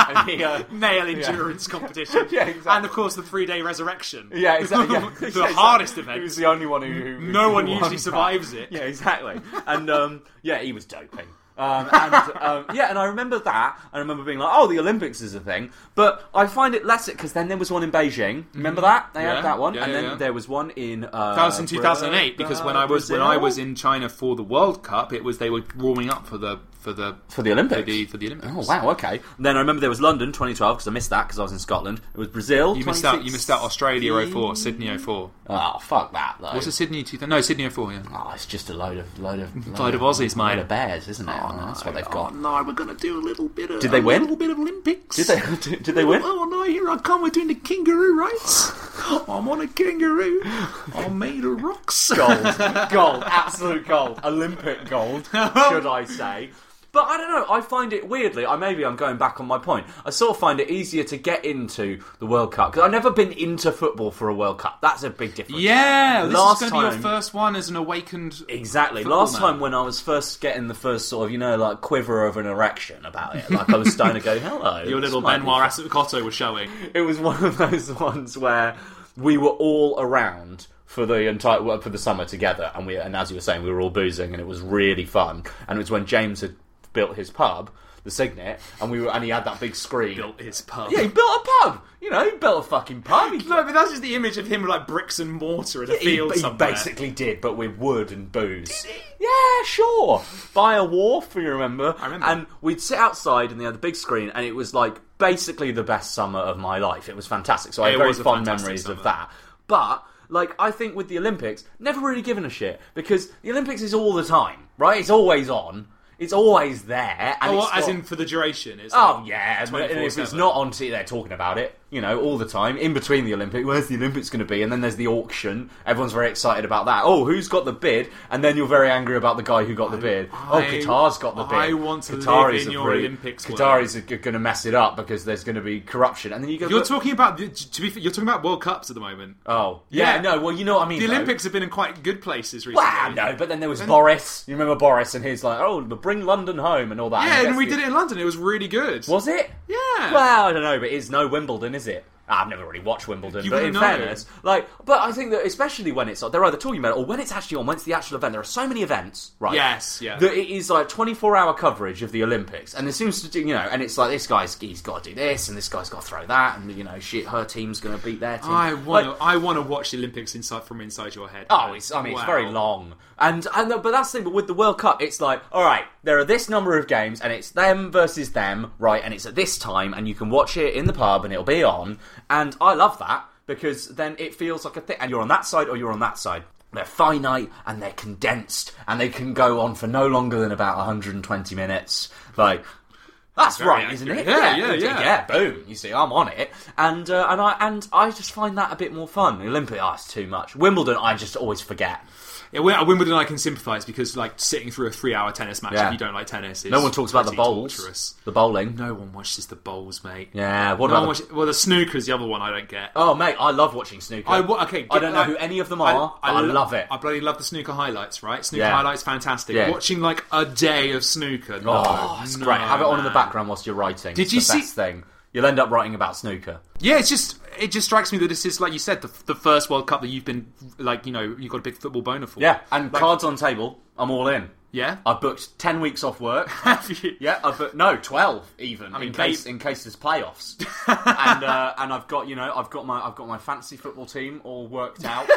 And he, uh,
Nail endurance competition.
Yeah, exactly.
And of course, the three day resurrection.
yeah, exactly. Yeah,
the
exactly.
hardest event.
He was the only one who. who
no one
who won
usually
that.
survives it.
Yeah, exactly. And um, yeah, he was doping. Um, and um, yeah, and I remember that. I remember being like, "Oh, the Olympics is a thing," but I find it less because then there was one in Beijing. Remember that they
Mm-hmm. Yeah,
had that one,
yeah,
and
yeah,
then
yeah.
there was one in uh,
That was in 2008
Bra-
because when I was when I
Brazil?
was in China for the World Cup, it was they were warming up for the for the
for the Olympics.
for the, for the Olympics.
Oh wow, okay. And then I remember there was London 2012 because I missed that because I was in Scotland. It was Brazil.
You missed out. You missed out. Australia 04, Sydney 04.
Oh fuck that! Though.
Was it Sydney 2000? No, Sydney 04. Yeah.
Oh, it's just a load of load of
Load of Aussies, mate.
load of bears, isn't it? Oh, that's what they've got.
no, we're gonna do a little bit of.
Did they
a
win?
Little bit of Olympics.
Did they? Did, did they win?
Oh no, here I come. We're doing the kangaroo rights. I'm on a kangaroo. I'm made of rocks.
gold, gold, absolute gold, Olympic gold, should I say? But I don't know. I find it weirdly. I maybe I'm going back on my point. I sort of find it easier to get into the World Cup because I've never been into football for a World Cup. That's a big difference.
Yeah, this
Last
is going to be
time-
your first one as an awakened.
Exactly.
football
Last
man.
time when I was first getting the first sort of, you know, like quiver of an erection about it, like I was starting to go, hello.
your
this
little
might be
Benoit Assetcotto was showing.
it was one of those ones where we were all around for the entire well, for the summer together, and we and as you were saying, we were all boozing, and it was really fun. And it was when James had built his pub, the Signet, and we were and he had that big screen.
Built his pub.
yeah, he built a pub. You know, he built a fucking pub. He,
No, but that's just the image of him with like bricks and mortar in a
he,
field
he
somewhere.
basically did, but with wood and booze. Yeah, sure. By a wharf, you remember? I
remember.
And we'd sit outside, and they had the big screen, and it was like basically the best summer of my life. It was fantastic. So I
It
have very
was a
fond
fantastic
memories
summer.
of that. But like, I think with the Olympics, never really given a shit because the Olympics is all the time, right? It's always on. It's always there. And
Oh,
it's
as
got-
in for the duration. It's
Oh
like
yeah, but and if it's
24/7.
not on TV, they're talking about it, you know, all the time. In between the Olympics, where's the Olympics going to be? And then there's the auction. Everyone's very excited about that. Oh, who's got the bid? And then you're very angry about the guy who got the bid. oh,
I-
Qatar's got the bid.
I want to live
Qataris
in
are
your
free.
Olympics world.
Qataris are going to mess it up because there's going to be corruption. And then you go.
You're
"But-
talking about the- to be. fair, You're talking about World Cups at the moment.
Oh yeah,
Yeah.
no. Well, you know what I mean.
the
though.
Olympics have been in quite good places recently.
Wow, no, but then there was Boris. You remember Boris and his like, oh, bring London home and all that.
yeah, and we
that's
did
the-
it in London. It was really good.
Was it?
Yeah.
Well, I don't know, but it's no Wimbledon, is it? Ah, I've never really watched Wimbledon,
You
but in
wouldn't know.
fairness, like, but I think that especially when it's on, they're either talking about it or when it's actually on, when it's the actual event. There are so many events, right?
Yes, yeah.
That it is like twenty-four hour coverage of the Olympics, and there seems to do, you know, and it's like this guy's he's got to do this, and this guy's got to throw that, and you know, shit, her team's going to beat their team.
I want to.
Like,
I want to watch the Olympics inside from inside your head.
Oh, it's, I mean,
Wow.
it's very long, and and but that's the thing. But with the World Cup, it's like, all right, there are this number of games, and it's them versus them, right? And it's at this time, and you can watch it in the pub, and it'll be on, and I love that because then it feels like a thing, and you're on that side or you're on that side. They're finite and they're condensed, and they can go on for no longer than about 120 minutes. Like. That's
Very
right, isn't it?
accurate. Yeah, yeah,
indeed,
yeah.
yeah. Boom. You see, I'm on it, and uh, and I and I just find that a bit more fun. The Olympic, oh, it's too much. Wimbledon, I just always forget.
Yeah, Wim- uh, Wimbledon I can sympathise because like sitting through a three-hour tennis match
Yeah.
if you don't like tennis, is
No one talks about the
pretty
bowls,
torturous.
the bowling.
No one watches the bowls, mate.
Yeah, what
no
about
one
the-
watch- well the snooker's the other one I don't get.
Oh, mate, I love watching snooker.
I wa- okay.
I
get-
don't know
like-
who any of them
I-
are. but I,
lo-
love it.
I bloody love the snooker highlights. Right, snooker
Yeah.
highlights fantastic.
Yeah.
Watching like a day of snooker. No,
oh, it's
no,
great. Have it on in the
man.
background whilst you're writing.
Did
it's
you
the
see-
best thing? You'll end up writing about snooker.
Yeah, it's just it just strikes me that this is like you said the, the first World Cup that you've been like you know you've got a big football boner for.
Yeah, and
Like-
cards on table. I'm all in.
Yeah.
I booked ten weeks off work.
Have you-
Yeah, I've booked, no twelve even.
mean,
in case
they-
in case there's playoffs, and uh, and I've got you know I've got my I've got my fantasy football team all worked out.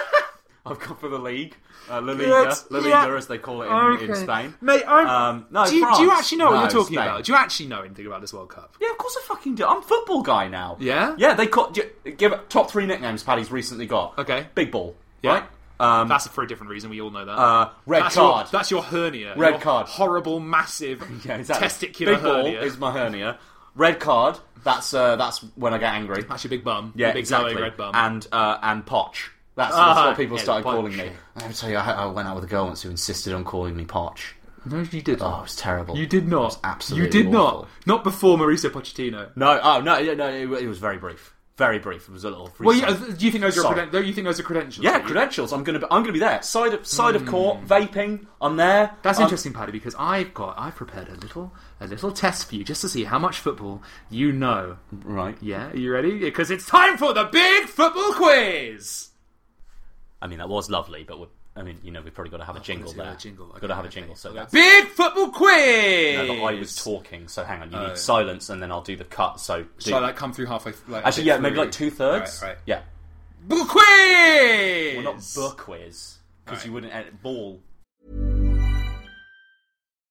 I've gone for the league, uh, La Liga, La Liga
yeah.
as they call it in, in
Okay.
Spain.
Mate, I'm,
Um, no,
do, you,
France.
do you actually know what
No,
you're talking
Spain.
about? Do you actually know anything about this World Cup?
Yeah, of course I fucking do. I'm a football guy now.
Yeah?
Yeah, they call, gi- give it top three nicknames Paddy's recently got.
Okay.
Big ball.
Yeah.
Right? Um,
That's for a different reason. We all know that.
uh, red
that's
card.
Your, that's your hernia.
Red
your
card.
Horrible, massive
yeah, exactly.
testicular
Big ball
hernia.
is my hernia. Red card. That's uh, that's when I get angry.
that's your big bum.
Yeah,
your big
exactly.
glowing red bum.
And uh, and Potch. That's,
Ah,
that's what people
yeah,
started
Potch.
calling me. Let me tell you, I, I went out with a girl once who insisted on calling me Potch.
no, you did.
Oh, it was terrible.
you did
It
not.
was absolutely.
You did
awful.
not. Not before Mauricio Pochettino.
No. Oh no. yeah, No. It, it was very brief. Very brief. It was a little. Free
Well, yeah, uh, do you think those are
Sorry.
creden- do you think those are credentials?
Yeah, credentials. I'm gonna be. I'm gonna be there. Side of side of court. Vaping. I'm there.
Hmm. That's
I'm-
interesting, Paddy, because I've got I've prepared a little a little test for you just to see how much football you know.
Right.
Yeah, are you ready? Because it's time for the big football quiz.
I mean, that was lovely, but we're, I mean, you know, we've probably got to have a jingle
Oh, gotta
there.
have a jingle, okay,
Got to have a
okay,
jingle. So
okay.
that's.
Big football quiz.
No, but I was talking, so hang on. You need silence, and then I'll do the cut. So. Do,
Oh. Shall I like, come through halfway? th- Like,
actually,
bit
yeah, maybe
through?
like two thirds.
All right, right.
Yeah.
Book quiz.
Well, not book quiz because you wouldn't edit ball.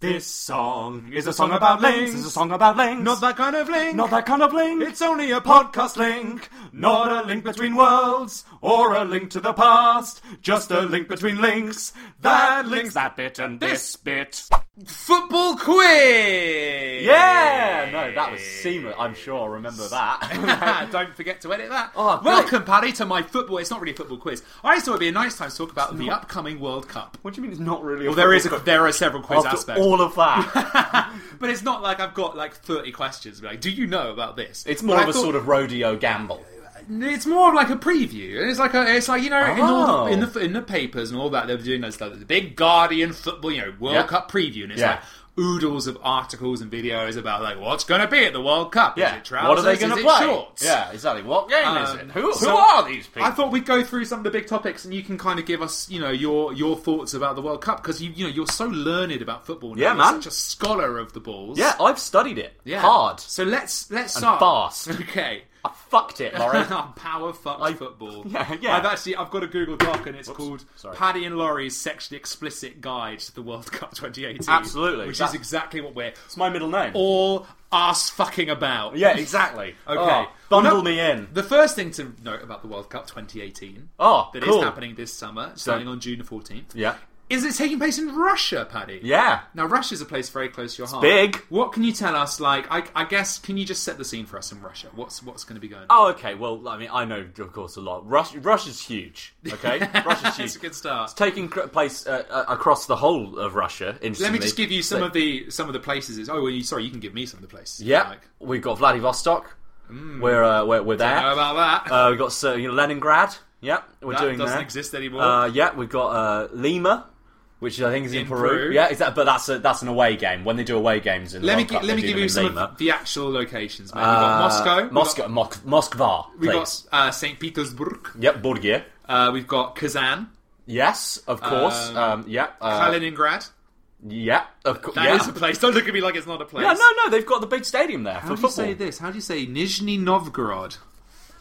This song is a song about links. Is a song about links.
Not that kind of link.
Not that kind of link.
It's only a
podcast link. Not a link between worlds or a link to the past. Just a link between links. That links that bit and this bit.
football quiz.
Yeah. No, that was seamless. I'm sure. I remember that.
Don't forget to edit that.
Oh, great.
Welcome, Paddy, to my football. It's not really a football quiz. I just thought it'd be a nice time to talk about the upcoming World Cup.
what do you mean? It's not really.
Well, there is a, there are several quiz
After
aspects.
all of that,
but it's not like I've got like 30 questions. Like, do you know about this?
it's more
But
of
I
a
thought-
sort of rodeo gamble.
It's more of like a preview, and it's like a, it's like you know, in, all
Oh.
the, in the in the papers and all that, they're doing that stuff. The big Guardian football, you know, World
Yeah.
Cup preview, and it's
Yeah.
like oodles of articles and videos about like what's going to be at the World Cup. Is it trousers?
What are they going
Is
to
it
play?
Shorts?
Yeah, exactly. What game is
Um,
it? Who, who
so
are these people?
I thought we'd go through some of the big topics, and you can kind of give us, you know, your your thoughts about the World Cup because you you know you're so learned about football. Now.
Yeah,
You're
man.
such a scholar of the balls.
yeah, I've studied it
Yeah.
hard.
So let's let's
And
start
fast.
Okay.
I fucked it, Laurie.
Power fucked
I-
football.
Yeah, yeah.
I've actually I've got a Google Doc and it's called
Sorry.
Paddy and Laurie's Sexually Explicit Guide to the World Cup 2018.
Absolutely.
which is
That-
exactly what we're
it's my middle name.
all ass fucking about.
yeah, exactly.
Okay.
Oh,
Well,
bundle
no-
me in.
The first thing to note about the World Cup 2018
Oh,
that is
cool.
happening this summer, starting on June the 14th,
Yeah.
is it's taking place in Russia, Paddy.
Yeah.
Now, Russia's a place very close to your heart.
big.
What can you tell us? Like, I, I guess, can you just set the scene for us in Russia? What's what's going to be going on?
Oh, okay. Well, I mean, I know, of course, a lot. Rush, Russia's huge. Okay, Russia's huge.
That's a good start.
It's taking cr- place uh, uh, across the whole of Russia.
Let
Interestingly,
me just give you some
So-
of the some of the places. It's, oh, well, you, sorry, you can give me some of the places. if you
Yeah,
like. Mm.
we've got Vladivostok. We're, uh, we're we're there.
know about that.
Uh, we've got so, you know, Leningrad. Yeah, we're
That
doing
doesn't
that.
exist anymore.
Uh, yeah, we've got uh, Lima, which I think is in,
In
Peru.
Peru.
Yeah, is that, but that's a, that's an away game. When they do away games in the
Let me
World Cup,
gi- let me
they do
give
them
you
in
some
Lima. Uh,
of the actual locations. Mate. We've got Moscow, we've
Moscow,
got-
Mos- Moskva.
We've got
please.
uh, Saint Petersburg.
Yep, Borgia.
Uh, we've got Kazan,
Yes, of course.
Um,
Um, yeah, uh,
Kaliningrad.
yeah, of course.
That is
yeah.
a place. Don't look at me like it's not a place.
Yeah, no, no, they've got the big stadium there
How
for
do you
football.
say this? How do you say Nizhny Novgorod?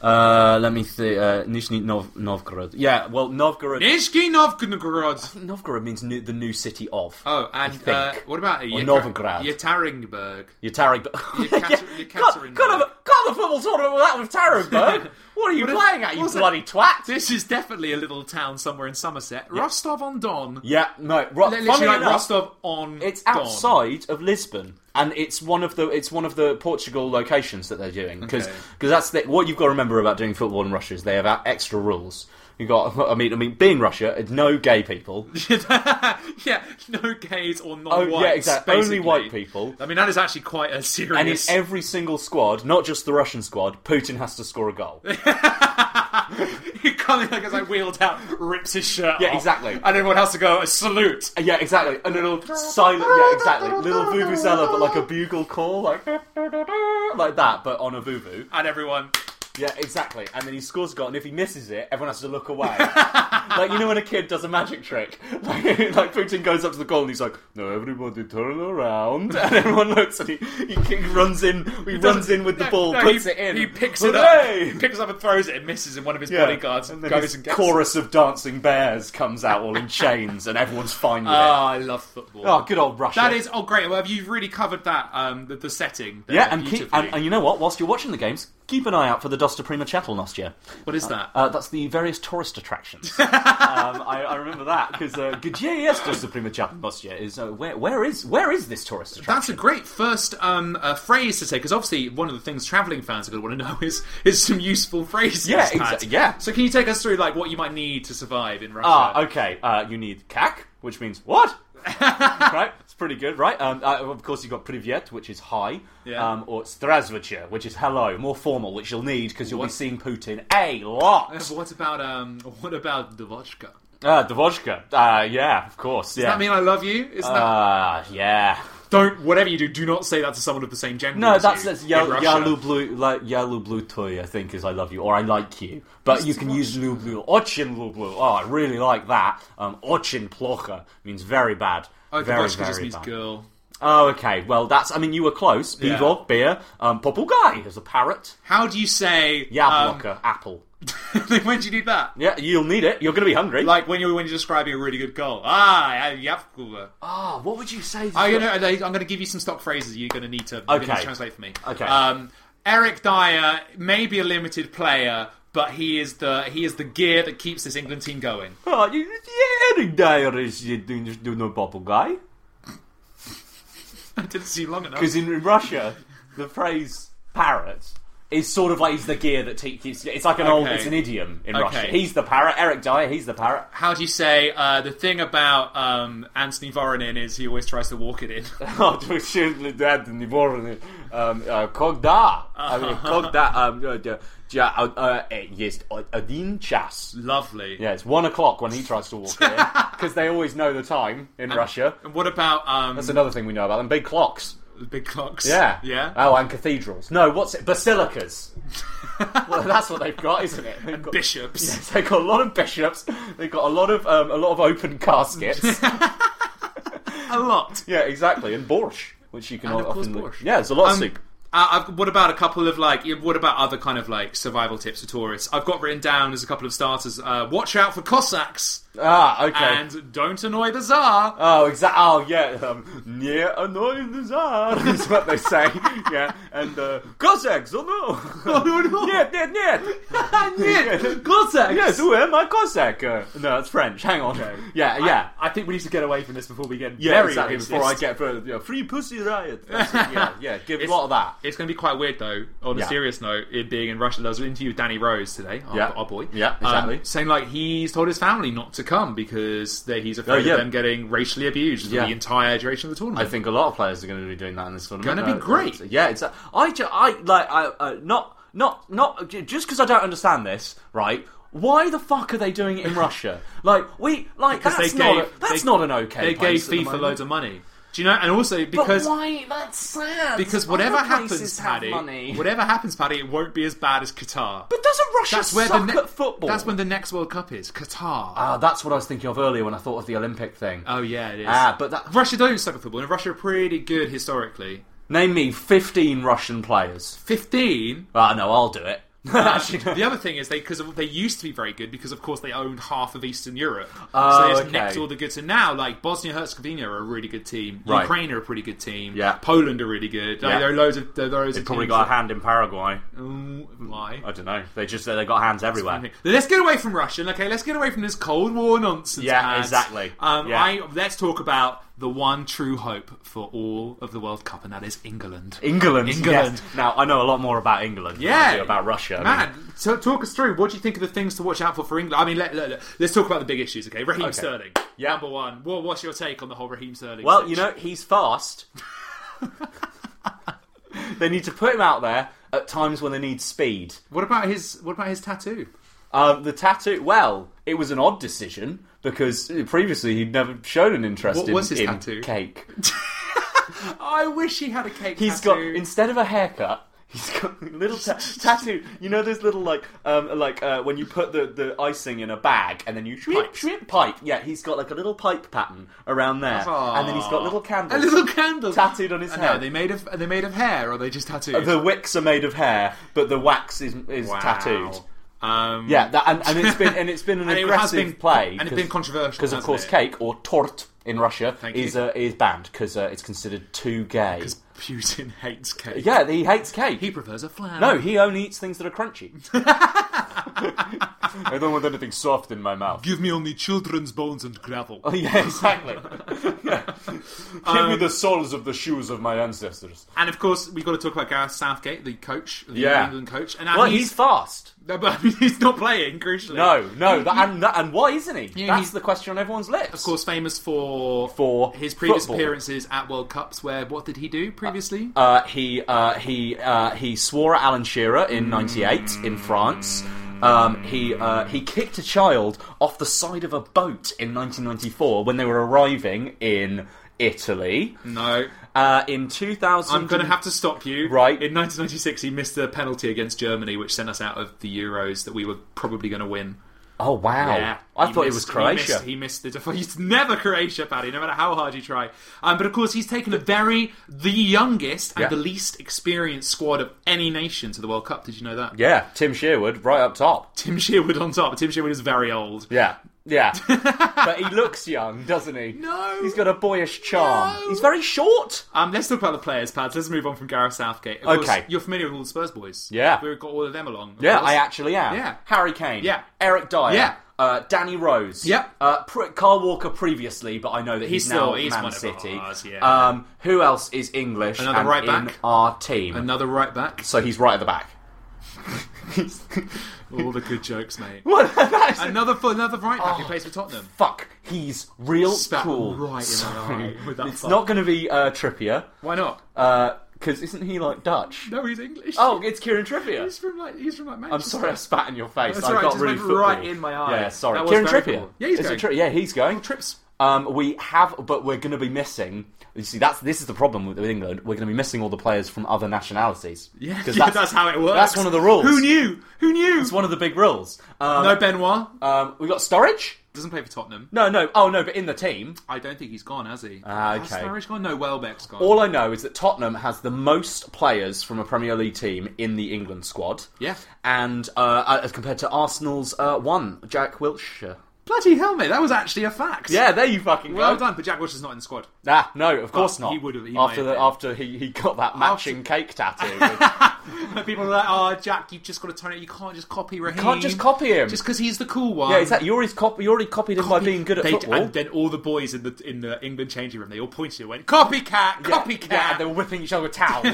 Uh, let me see. Uh, Nizhny Nov- Novgorod. Yeah, well, Novgorod.
Nizhny Novgorod.
Novgorod means new, the new city of.
Oh, and uh,
think.
what about
Or
Yeka-
Novigrad.
Yekaterinburg?
Yatarig.
Yekat- Yekaterinburg.
Got the football tournament without with Tarenberg. What are you
What if-
playing at, you
what's that?
bloody twat?
This is definitely a little town somewhere in Somerset. Rostov on Don.
Yeah, no. Ro-
Literally
funnily
like
enough,
Rostov on
It's
Don.
outside of Lisbon, and it's one of the it's one of the Portugal locations that they're doing because
Okay.
that's the, what you've got to remember about doing football in Russia is they have uh, extra rules. You got, I mean, I mean, being Russia, no gay people.
yeah, no gays or non-whites.
Oh, yeah, exactly. Only
basically.
white people.
I mean, that is actually quite a serious.
And in every single squad, not just the Russian squad, Putin has to score a goal.
he comes like as I wheeled out, rips his shirt.
Yeah,
off,
exactly.
And everyone has to go a salute.
yeah, exactly. A little silent. Yeah, exactly. Little vuvuzela, but like a bugle call, like like that, but on a vuvu.
And everyone,
Yeah, exactly. And then he scores a goal, and if he misses it, everyone has to look away. like you know when a kid does a magic trick, like, like Putin goes up to the goal and he's like, "No, everybody turn around," and everyone looks, and he, he, kick- runs in, he, runs in with the
No,
ball,
no,
puts
he,
it in,
He picks
Hooray!
it up, picks it up and throws it, and misses. And one of his
Yeah.
bodyguards
and then
goes
his
and gets
chorus of dancing bears comes out all in chains, and everyone's fine with
It. Ah,
it.
I love football.
Oh, good old Russia.
That is oh great. Well, you've really covered that um the, the setting. There
Yeah, and, keep,
beautifully.
and, and you know what? Whilst you're watching the games, keep an eye out for the Dosta Prima Chatelnost, yeah.
what is that?
Uh, that's the various tourist attractions. um, I, I remember that because uh, Gdzie jest to Suprema Chatelnostia? Is uh, where, where is where is this tourist attraction?
That's a great first um, uh, phrase to say because obviously one of the things traveling fans are going to want to know is is some useful phrases.
Yeah,
Pat.
exa- yeah.
So can you take us through like what you might need to survive in Russia?
Ah, okay. Uh, you need kak, which means what? right, it's pretty good, right? Um, uh, of course, you've got privyet, which is hi,
Yeah.
um, or zdravstvuyte, which is hello, more formal, which you'll need because you'll
What?
be seeing Putin a lot.
Uh, What about um? What about the vodka?
Uh, Dvoshka. Uh, yeah, of course.
Does
yeah.
that mean I love you? Is that
Ah, yeah.
don't whatever you do, do not say that to someone of the same gender.
No,
as
that's,
you
that's
in
ya,
Russia.
ya lublю, like, ya lublю toy, I think, is I love you, or I like you. But you can use lublю. Очень lublю. Oh, I really like that. Um, очень плохо means very bad.
Oh,
very,
vodka just
very
means
bad.
girl.
Oh, okay. Well, that's, I mean, you were close.
Yeah.
Beaver, beer, um, guy is a parrot.
How do you say
Яблоко, apple.
Um, when do you need that?
Yeah, you'll need it. You're going to be hungry.
Like when you when you're describing a really good goal. Ah, I yakuba.
oh, what would you say?
I'm gonna I'm gonna give you some stock phrases you're gonna need to you're gonna
Okay.
need to translate for me.
Okay.
Um, Eric Dyer may be a limited player, but he is the he is the gear that keeps this England team going.
Oh, you, yeah, Eric Dyer is you do, do no bubble guy.
I didn't see long enough.
Because in, in Russia, the phrase parrot is sort of like he's the gear that te- keeps. It's like an old,
Okay.
it's an idiom in
Okay.
Russia. He's the parrot. Eric Dyer, he's the parrot.
How do you say uh, the thing about um, Anthony Voronin is he always tries to walk it in?
Oh, to surely that in the morning. Um, uh, Когда? I mean, когда? Um, uh, uh, ja- uh, uh, eh, Yes, uh, один час.
Lovely.
Yeah, it's one o'clock when he tries to walk in because they always know the time in Russia.
And what about um,
That's another thing we know about them. Big clocks.
big clocks?
Yeah.
yeah.
Oh, and cathedrals. No, what's it? Basilicas. well, that's what they've got, isn't it? They've got,
bishops.
Yes, they've got a lot of bishops. They've got a lot of um, a lot of open caskets.
A lot.
yeah, exactly. And borscht, which you can
And of course
often
borscht.
yeah, it's a lot of
Um,
soup.
Uh, I've, what about a couple of like? yeah, What about other kind of like survival tips for tourists? I've got written down as a couple of starters. Uh, watch out for Cossacks
Ah, okay.
and don't annoy the Tsar.
Oh, exactly. Oh, yeah. Um, near annoying the Tsar is what they say. yeah, and uh, Cossacks. Oh no!
Oh, no.
Нет, нет, нет!
Нет, Cossacks.
Yes, who am I, Cossack? Uh, no, it's French. Hang on. Yeah, yeah.
I, I think we need to get away from this before we get
Yeah,
very
exactly.
racist.
Before I get further, yeah, free pussy riot. That's it. Yeah, yeah. Give a
It's-
lot of that.
It's going to be quite weird, though. On a
Yeah.
serious note, it being in Russia, there was an interview with Danny Rose today, our,
Yeah.
our boy.
Yeah,
um,
exactly.
saying like he's told his family not to come because they, he's afraid
Oh, yeah.
of them getting racially abused for
Yeah.
the entire duration of the
I
tournament.
think a lot of players are going to be doing that in this tournament.
Gonna be
Uh,
great.
uh, Yeah, it's. uh, I ju- I like I uh, not not not j- just because I don't understand this, right? Why the fuck are they doing it in Russia? Like we like
Because
that's
they
not
gave-
a, that's
they-
not an okay.
they gave
place at the
FIFA
moment.
loads of money. Do you know? And also
But
because
why? That's sad.
because whatever
Other
happens,
places have
Paddy,
money.
whatever happens, Paddy, it won't be as bad as Qatar.
But doesn't Russia
that's where
suck
the ne-
at football?
That's when the next World Cup is Qatar.
Ah, that's what I was thinking of earlier when I thought of the Olympic thing.
oh yeah, it is.
Ah, but that-
Russia don't suck at football. And Russia are pretty good historically.
Name me 15 Russian players.
Fifteen.
Ah, no, I'll do it.
the other thing is they because they used to be very good because of course they owned half of Eastern Europe, so they just
Oh, okay.
nicked all the good. So now like Bosnia Herzegovina are a really good team,
Right.
Ukraine are a pretty good team,
Yeah.
Poland are really good. Like,
Yeah.
There are loads of there are loads
They
of
probably
teams
got a
that-
hand in Paraguay.
Mm, why?
I don't know. They just they got hands everywhere.
Let's get away from Russian, okay? Let's get away from this Cold War nonsense.
Yeah,
ads.
exactly.
Um,
Yeah.
I, let's talk about the one true hope for all of the World Cup, and that is England.
England,
England.
yes. Now I know a lot more about England. than
Yeah,
I do about Russia. I mean,
Man, so talk us through. What do you think of the things to watch out for for England? I mean, let, us talk about the big issues, okay? Raheem Sterling,
Yeah.
number one. Well, what's your take on the whole Raheem Sterling?
well,
situation?
you know he's fast. they need to put him out there at times when they need speed.
what about his what about his tattoo?
Um, the tattoo. Well, it was an odd decision because previously he'd never shown an interest
What
in,
was his
in
tattoo?
cake.
I wish he had a cake.
He's got
tattoo.
instead of a haircut. He's got a little ta- tattoo. You know those little like um like uh, when you put the, the icing in a bag and then you shwip,
Pipes.
shwip, pipe. Yeah, he's got like a little pipe pattern around there, and then he's got little
a
candles,
little candle
tattooed on his
Uh,
head.
No, are they made of are they made of hair or are they just tattoos?
The wicks are made of hair, but the wax is is
Wow.
tattooed.
Um,
Yeah, that, and, and it's been and it's been an
And it has
aggressive
been-
play,
and it's been controversial,
because of
hasn't
course
it?
cake or tort in Russia
Thank
is
you.
uh, is banned because uh, it's considered too gay.
Putin hates cake.
Yeah, he hates cake.
He prefers a flan.
No, he only eats things that are crunchy. I don't want anything soft in my mouth.
Give me only children's bones and gravel.
Oh, yeah, exactly. Um, Give me the soles of the shoes of my ancestors.
And of course, we've got to talk about Gareth Southgate, the coach, the
Yeah.
England coach. And
Well,
and
he's fast.
No, but I mean, he's not playing, crucially.
No, no, that, and, that, and why isn't he?
Yeah,
That's
he's-
the question on everyone's lips.
Of course, famous for
For
his previous
football.
appearances at World Cups, where what did he do previously?
Uh, he uh, he uh, he swore at Alan Shearer in '98 in France. Um, he uh, he kicked a child off the side of a boat in 1994 when they were arriving in Italy.
no,
Uh, in 2000,
I'm going to have to stop you.
Right.
in 1996, he missed a penalty against Germany, which sent us out of the Euros that we were probably going to win.
Oh wow!
Yeah,
I
he
thought
missed-
it was
He
Croatia.
missed, he missed the def- It's never Croatia, Paddy. No matter how hard you try. Um, but of course, he's taken a very the youngest and
Yeah.
the least experienced squad of any nation to the World Cup. Did you know that?
Yeah, Tim Sherwood right up top.
Tim Sherwood on top. Tim Sherwood is very old.
Yeah, yeah. but he looks young, doesn't he?
No.
he's got a boyish charm.
No.
He's very short.
Um, let's talk about the players, Pads. Let's move on from Gareth Southgate. Of
Okay.
course, you're familiar with all the Spurs boys.
Yeah.
we've got all of them along. of
Yeah,
course.
I actually am.
Yeah.
Harry Kane.
Yeah.
Eric Dyer.
Yeah.
Uh, Danny Rose.
Yep.
Uh, pr- Carl Walker previously, but I know that he's,
He's still-
now at
he's
Man
one of
City.
ours, yeah.
Um, who else is English?
Another
and
right
in
back.
our team.
Another right back.
So he's right at the back.
All the good jokes, mate.
What? Oh. That is-
Another for another right back who plays for Tottenham.
Fuck, he's real
Spat
cool.
right in my eye
Sorry.
with that
it's
fuck.
not going to be uh, Trippier.
Why not?
Because isn't he like Dutch?
No, he's English.
Uh, Oh, it's Kieran Trippier.
he's from like he's from like Manchester.
I'm sorry, I spat in your face.
That's
I
all right,
got
just
really
went
football.
right in my eye.
Yeah, sorry.
That was
Kieran
very
Trippier.
football. Yeah, he's
Is it
going.
Tri- yeah, he's going.
Trips.
Um, we have, but we're going to be missing. You see, that's this is the problem with, with England. We're going to be missing all the players from other nationalities.
Yeah,
because
that's, how it works.
That's one of the rules.
Who knew? Who knew?
It's one of the big rules. Um,
no, Benoit
um, we got Sturridge.
doesn't play for Tottenham.
No, no. Oh no, but in the team.
I don't think he's gone, has he?
Ah,
Has
okay.
Sturridge gone? No, Welbeck's gone.
All I know is that Tottenham has the most players from a Premier League team in the England squad.
Yeah.
and uh, as compared to Arsenal's uh, one, Jack Wilshere.
Bloody hell, mate! That was actually a fact.
Yeah, there you fucking
Well
go.
done, but Jack Wilshere's is not in the squad.
Ah, no, of course
But
not.
he would've- he might
after
have
the,
been.
after he, he got that matching cake tattoo.
People are like, "Oh, Jack, you've just got to turn it. You can't just copy Raheem.
can't just copy him.
Just because he's the cool one."
yeah, is that you already, cop- you already copied him by being good at
They-
football?
And then all the boys in the in the England changing room, they all pointed and went, "Copycat,
Yeah,
copycat."
Yeah, they were whipping each other with towels.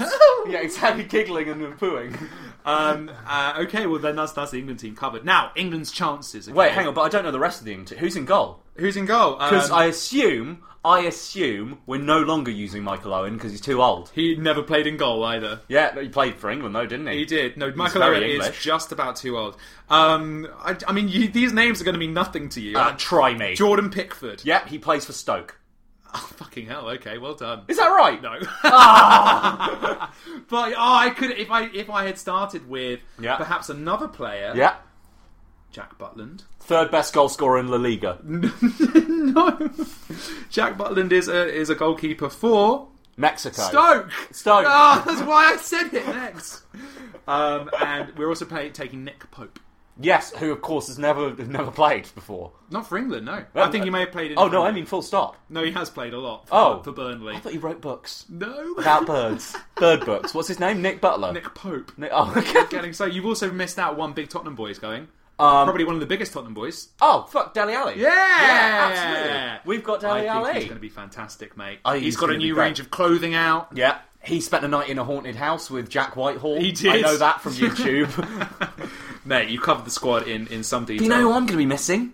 yeah, exactly, giggling and pooing.
Um, uh, okay, well then that's that's the England team covered. Now England's chances. okay?
Wait, hang on, but I don't know the rest of the England team. Who's in goal?
who's in goal?
Because
Um,
I assume, I assume we're no longer using Michael Owen because he's too old.
he never played in goal either.
Yeah, he played for England though, didn't he?
He did. No,
He's
Michael
very
Owen is
English.
just about too old. Um, I, I mean, you, these names are going to mean nothing to you.
Uh, try me.
Jordan Pickford. Oh,
Yeah, he plays for Stoke.
Fucking hell. Okay, well done.
Is that right?
No. but oh, I could if I if I had started with
Yeah.
perhaps another player,
Yeah.
Jack Butland.
Third best goal scorer in La Liga.
no, Jack Butland is a is a goalkeeper for
Mexico.
Stoke.
Stoke.
Ah, that's why I said it next. Um, and we're also play, taking Nick Pope.
Yes, who of course has never has never played before.
Not for England, no.
Well,
I think he may have played. In
Oh no, I mean full stop.
no, he has played a lot. For,
Oh.
for Burnley.
I thought he wrote books
No,
about birds, bird books. What's his name? Nick Butler.
Nick Pope.
Nick- oh, okay.
Getting so you've also missed out one big Tottenham boy is going.
Um,
Probably one of the biggest Tottenham boys.
Oh fuck, Dali Alley.
Yeah,
absolutely. We've got
I
Dali
think
Alley.
he's going to be fantastic, mate.
Oh, he's
he's got a
gonna be
new
great.
range of clothing out.
Yeah. He spent a night in a haunted house with Jack Whitehall.
He did.
I know that from YouTube.
Mate, you covered the squad in, in some detail.
you know who I'm going to be missing?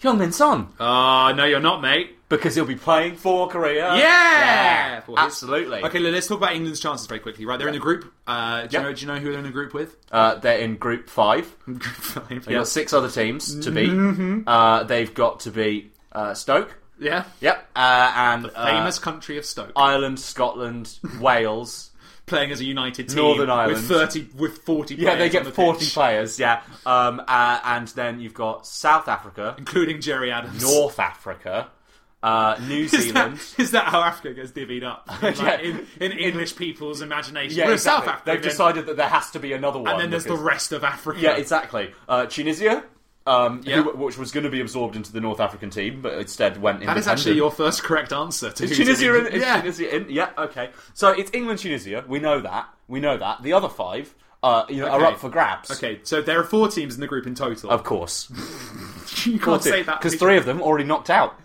Young Min Son.
Ah, no, you're not, mate.
Because he'll be playing for Korea.
Yeah, Well, his-
absolutely.
Okay, let's talk about England's chances very quickly. Right, they're in the group. Uh, do,
Yeah.
you know, do you know who they're in the group with?
Uh, they're in Group 5. They've
Five. Mm-hmm.
got six other teams to beat. Uh, they've got to beat uh, Stoke.
yeah.
Yep. Uh, and uh,
Famous country of Stoke,
Ireland, Scotland, Wales.
playing as a united team.
Northern Ireland.
with thirty, with forty.
Yeah,
players
they
on
get
the
40
pitch,
players, yeah. Um, uh, and then you've got South Africa,
including Jerry Adams.
North Africa, uh, New
Is that-
Zealand.
is that how Africa gets divvied up? Like,
Yeah.
in, in English people's imagination.
Yeah,
We're
exactly.
South Africa.
They've
then-
decided that there has to be another one.
and then there's the
because-
rest of Africa.
Yeah, exactly. Uh, Tunisia, um,
Yeah.
who- which was going to be absorbed into the North African team, but instead went.
That is
independent.
actually your first correct answer to
Is
who's
Tunisia
in-
in? Is
yeah.
Tunisia in? Yeah. Okay. So it's England, Tunisia. We know that. We know that. The other five, uh, you know, are
Okay.
up for grabs.
Okay, so there are four teams in the group in total.
Of course.
you can't say that
because three of them already knocked out.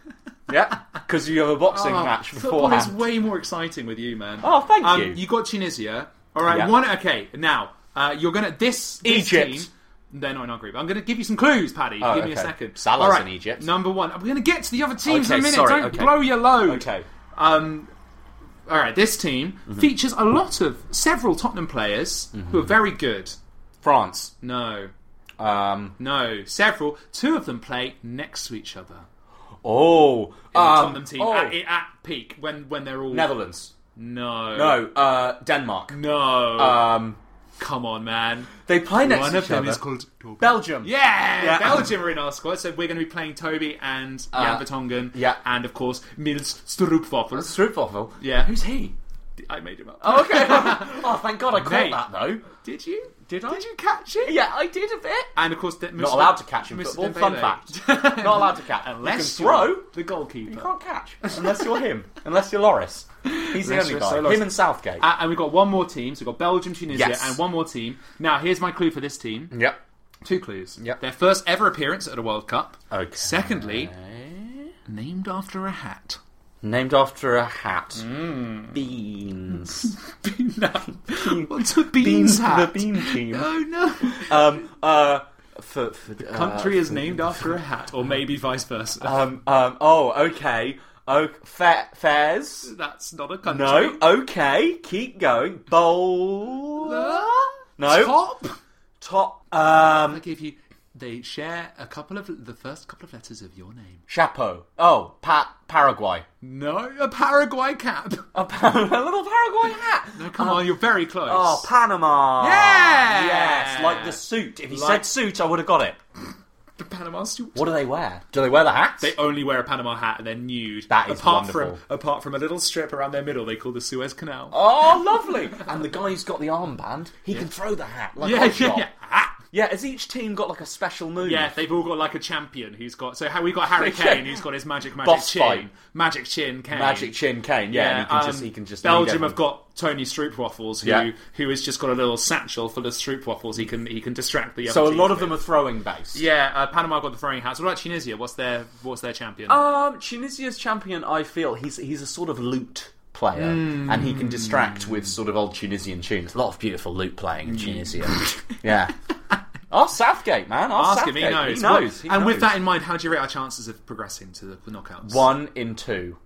Yeah. Because you have a boxing
Oh,
match
Football is
beforehand.
way more exciting with you, man.
Oh, thank
um,
you.
You got Tunisia. All right,
Yeah.
one. Okay, now uh, you're gonna this, this
Egypt.
team- they're not in our group. I'm going to give you some clues, Paddy.
Oh,
give me a
okay.
second.
Salah's
All right,
in Egypt.
Number one. We're going to get to the other teams in
Okay,
a minute.
sorry,
Don't
okay.
blow your load.
Okay. Mm-hmm.
Um, all right, this team features a lot of several Tottenham players who are very good.
France.
No,
Um,
no, several. Two of them play next to each other.
oh. Um,
The Tottenham team Uh,
oh,
at, at peak when when they're all
Netherlands.
No,
No. Uh, Denmark.
no.
Um,
Come on, man.
they play next
One
to
of
each
them
other.
is called
Belgium.
Yeah,
Yeah. Uh,
Belgium are in our squad, so we're going to be playing Toby and Jan Vertonghen,
yeah.
and of course Mils Stroopwafel.
Stroopwafel.
Yeah.
Who's he?
I made him up.
Oh, okay. oh, thank God I caught
Mate.
that though.
Did you?
Did I?
Did you catch it?
Yeah, I did a bit.
And of course, the,
Not allowed to catch in football. Fun fact. Not allowed to catch.
Unless
you can throw.
you're the goalkeeper.
You can't catch unless you're him. Unless you're Loris. He's the
Unless
only
you're
guy.
so Loris.
him and Southgate.
Uh, and we've got one more team. So we've got Belgium, Tunisia,
Yes.
and one more team. Now, here's my clue for this team.
yep.
Two clues.
Yep.
Their first ever appearance at a World Cup.
Okay.
Secondly, named after a hat.
Named after a hat. Mm. Beans.
no. What's a beans hat?
The bean team.
Oh no.
Um. Uh. For, for the
Country is named after a hat, or maybe vice versa.
Um. Um. Oh. Okay. Oh. Fa- fairs.
That's not a country.
No. Okay. Keep going. Bowl. No.
Top.
Top. Um.
I give you. They share a couple of the first couple of letters of your name.
Chapo. Oh, pa- Paraguay.
No, a Paraguay cap.
A, pa- a little Paraguay hat.
No, come on, you're very close.
Oh, Panama.
Yeah!
Yes, like the suit. If he
Like-
said suit, I would have got it.
the Panama suit.
What do they wear? Do they oh. wear the hats?
They only wear a Panama hat and they're nude.
That is
apart
wonderful.
from apart from a little strip around their middle. They call the Suez Canal.
Oh, lovely! and the guy who's got the armband, he can throw the hat. Like
yeah, yeah,
Oddjob.
yeah. Ah.
Yeah, has each team got like a special move?
Yeah, they've all got like a champion who's got. So how we got Harry
Yeah.
Kane, who's got his magic magic
Boss
chin,
fight.
magic chin Kane,
Magic Chin Kane. Yeah, and he can
um,
just he can just.
Belgium
lead
have got Tony Stroopwafels, who
Yeah.
who has just got a little satchel full of Stroopwafels. He can he can distract the. Other
So a
team
lot of
with.
them are throwing base.
Yeah, uh, Panama got the throwing hats. What about Tunisia? What's their what's their champion?
Um, Tunisia's champion, I feel he's he's a sort of lute player,
Hmm.
and he can distract with sort of old Tunisian tunes. A lot of beautiful lute playing in Tunisia. yeah. Ask Southgate, man. Ask,
Hmm. Ask him. He
Southgate.
knows.
He knows.
What-
He
and with
knows.
that in mind, how do you rate our chances of progressing to the knockouts?
one in two.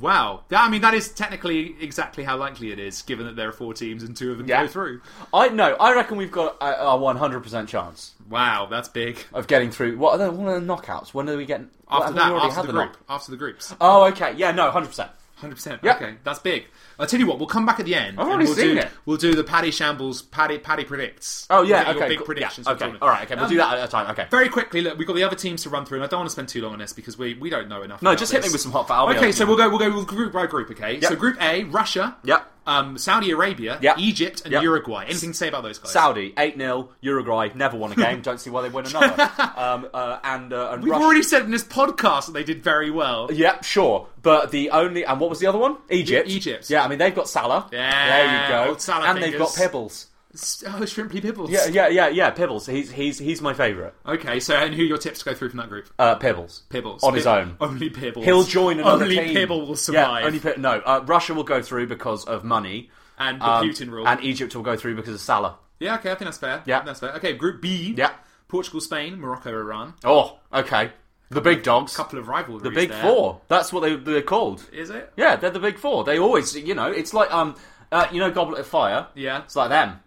Wow. That- I mean, that is technically exactly how likely it is, given that there are four teams and two of them
Yeah.
go through.
I no. I reckon we've got a one hundred percent chance
Wow, that's big.
of getting through. What are the, what are the knockouts? When do we get? well,
After
we
that,
already
after
had
the,
the
group,
knock-
after the groups,
Oh, okay. Yeah, no, hundred percent.
hundred percent.
Yeah.
Okay, that's big. I'll tell you what. We'll come back at the end.
I've
and
already
we'll
seen
do,
it.
We'll do the Paddy Shambles, Paddy Paddy predicts.
Oh
We'll
yeah.
get your
okay.
big
cool.
predictions.
Yeah,
for the
okay.
tournament.
All right. Okay. We'll
Um,
do that at a time. Okay.
Very quickly, look, we've got the other teams to run through, and I don't want to spend too long on this because we, we don't know enough.
No,
about
just hit me
this.
with some hot fire. I'll be
Okay,
honest.
so we'll go we'll go group by group. Okay,
Yep.
so Group A, Russia.
Yep.
um, Saudi Arabia,
Yeah.
Egypt, and
Yeah.
Uruguay. Anything to say about those guys?
Saudi eight 0 Uruguay never won a game. Don't see why they win another. um, uh, and uh, and
We've
Russia-
already said in this podcast that they did very well.
Yep, sure. But the only and what was the other one? Egypt.
E- Egypt.
Yeah, I mean they've got Salah.
Yeah,
there you go.
old Salah
and they've got
fingers.
Pebbles.
S- Oh, Shrimply Pibbles.
Yeah, yeah, yeah, yeah. Pebbles. He's he's he's my favourite.
Okay, so and who are your tips to go through from that group?
Uh, Pebbles.
Pibbles.
on his
Pib-
own.
Only Pibbles.
He'll join another
only
team.
Pibble will survive.
Yeah, only Pib- no. Uh, Russia will go through because of money
And the Putin rule.
Um, and Egypt will go through because of Salah.
Yeah, okay, I think that's fair.
Yeah.
that's fair. Okay, Group B.
Yeah.
Portugal, Spain, Morocco, Iran.
Oh, okay. The big dogs.
couple of rivalries.
the big
there.
four. That's what they they're called.
Is it?
Yeah, they're the big four. They always, you know, it's like um, uh, you know, Goblet of Fire.
Yeah.
it's like them.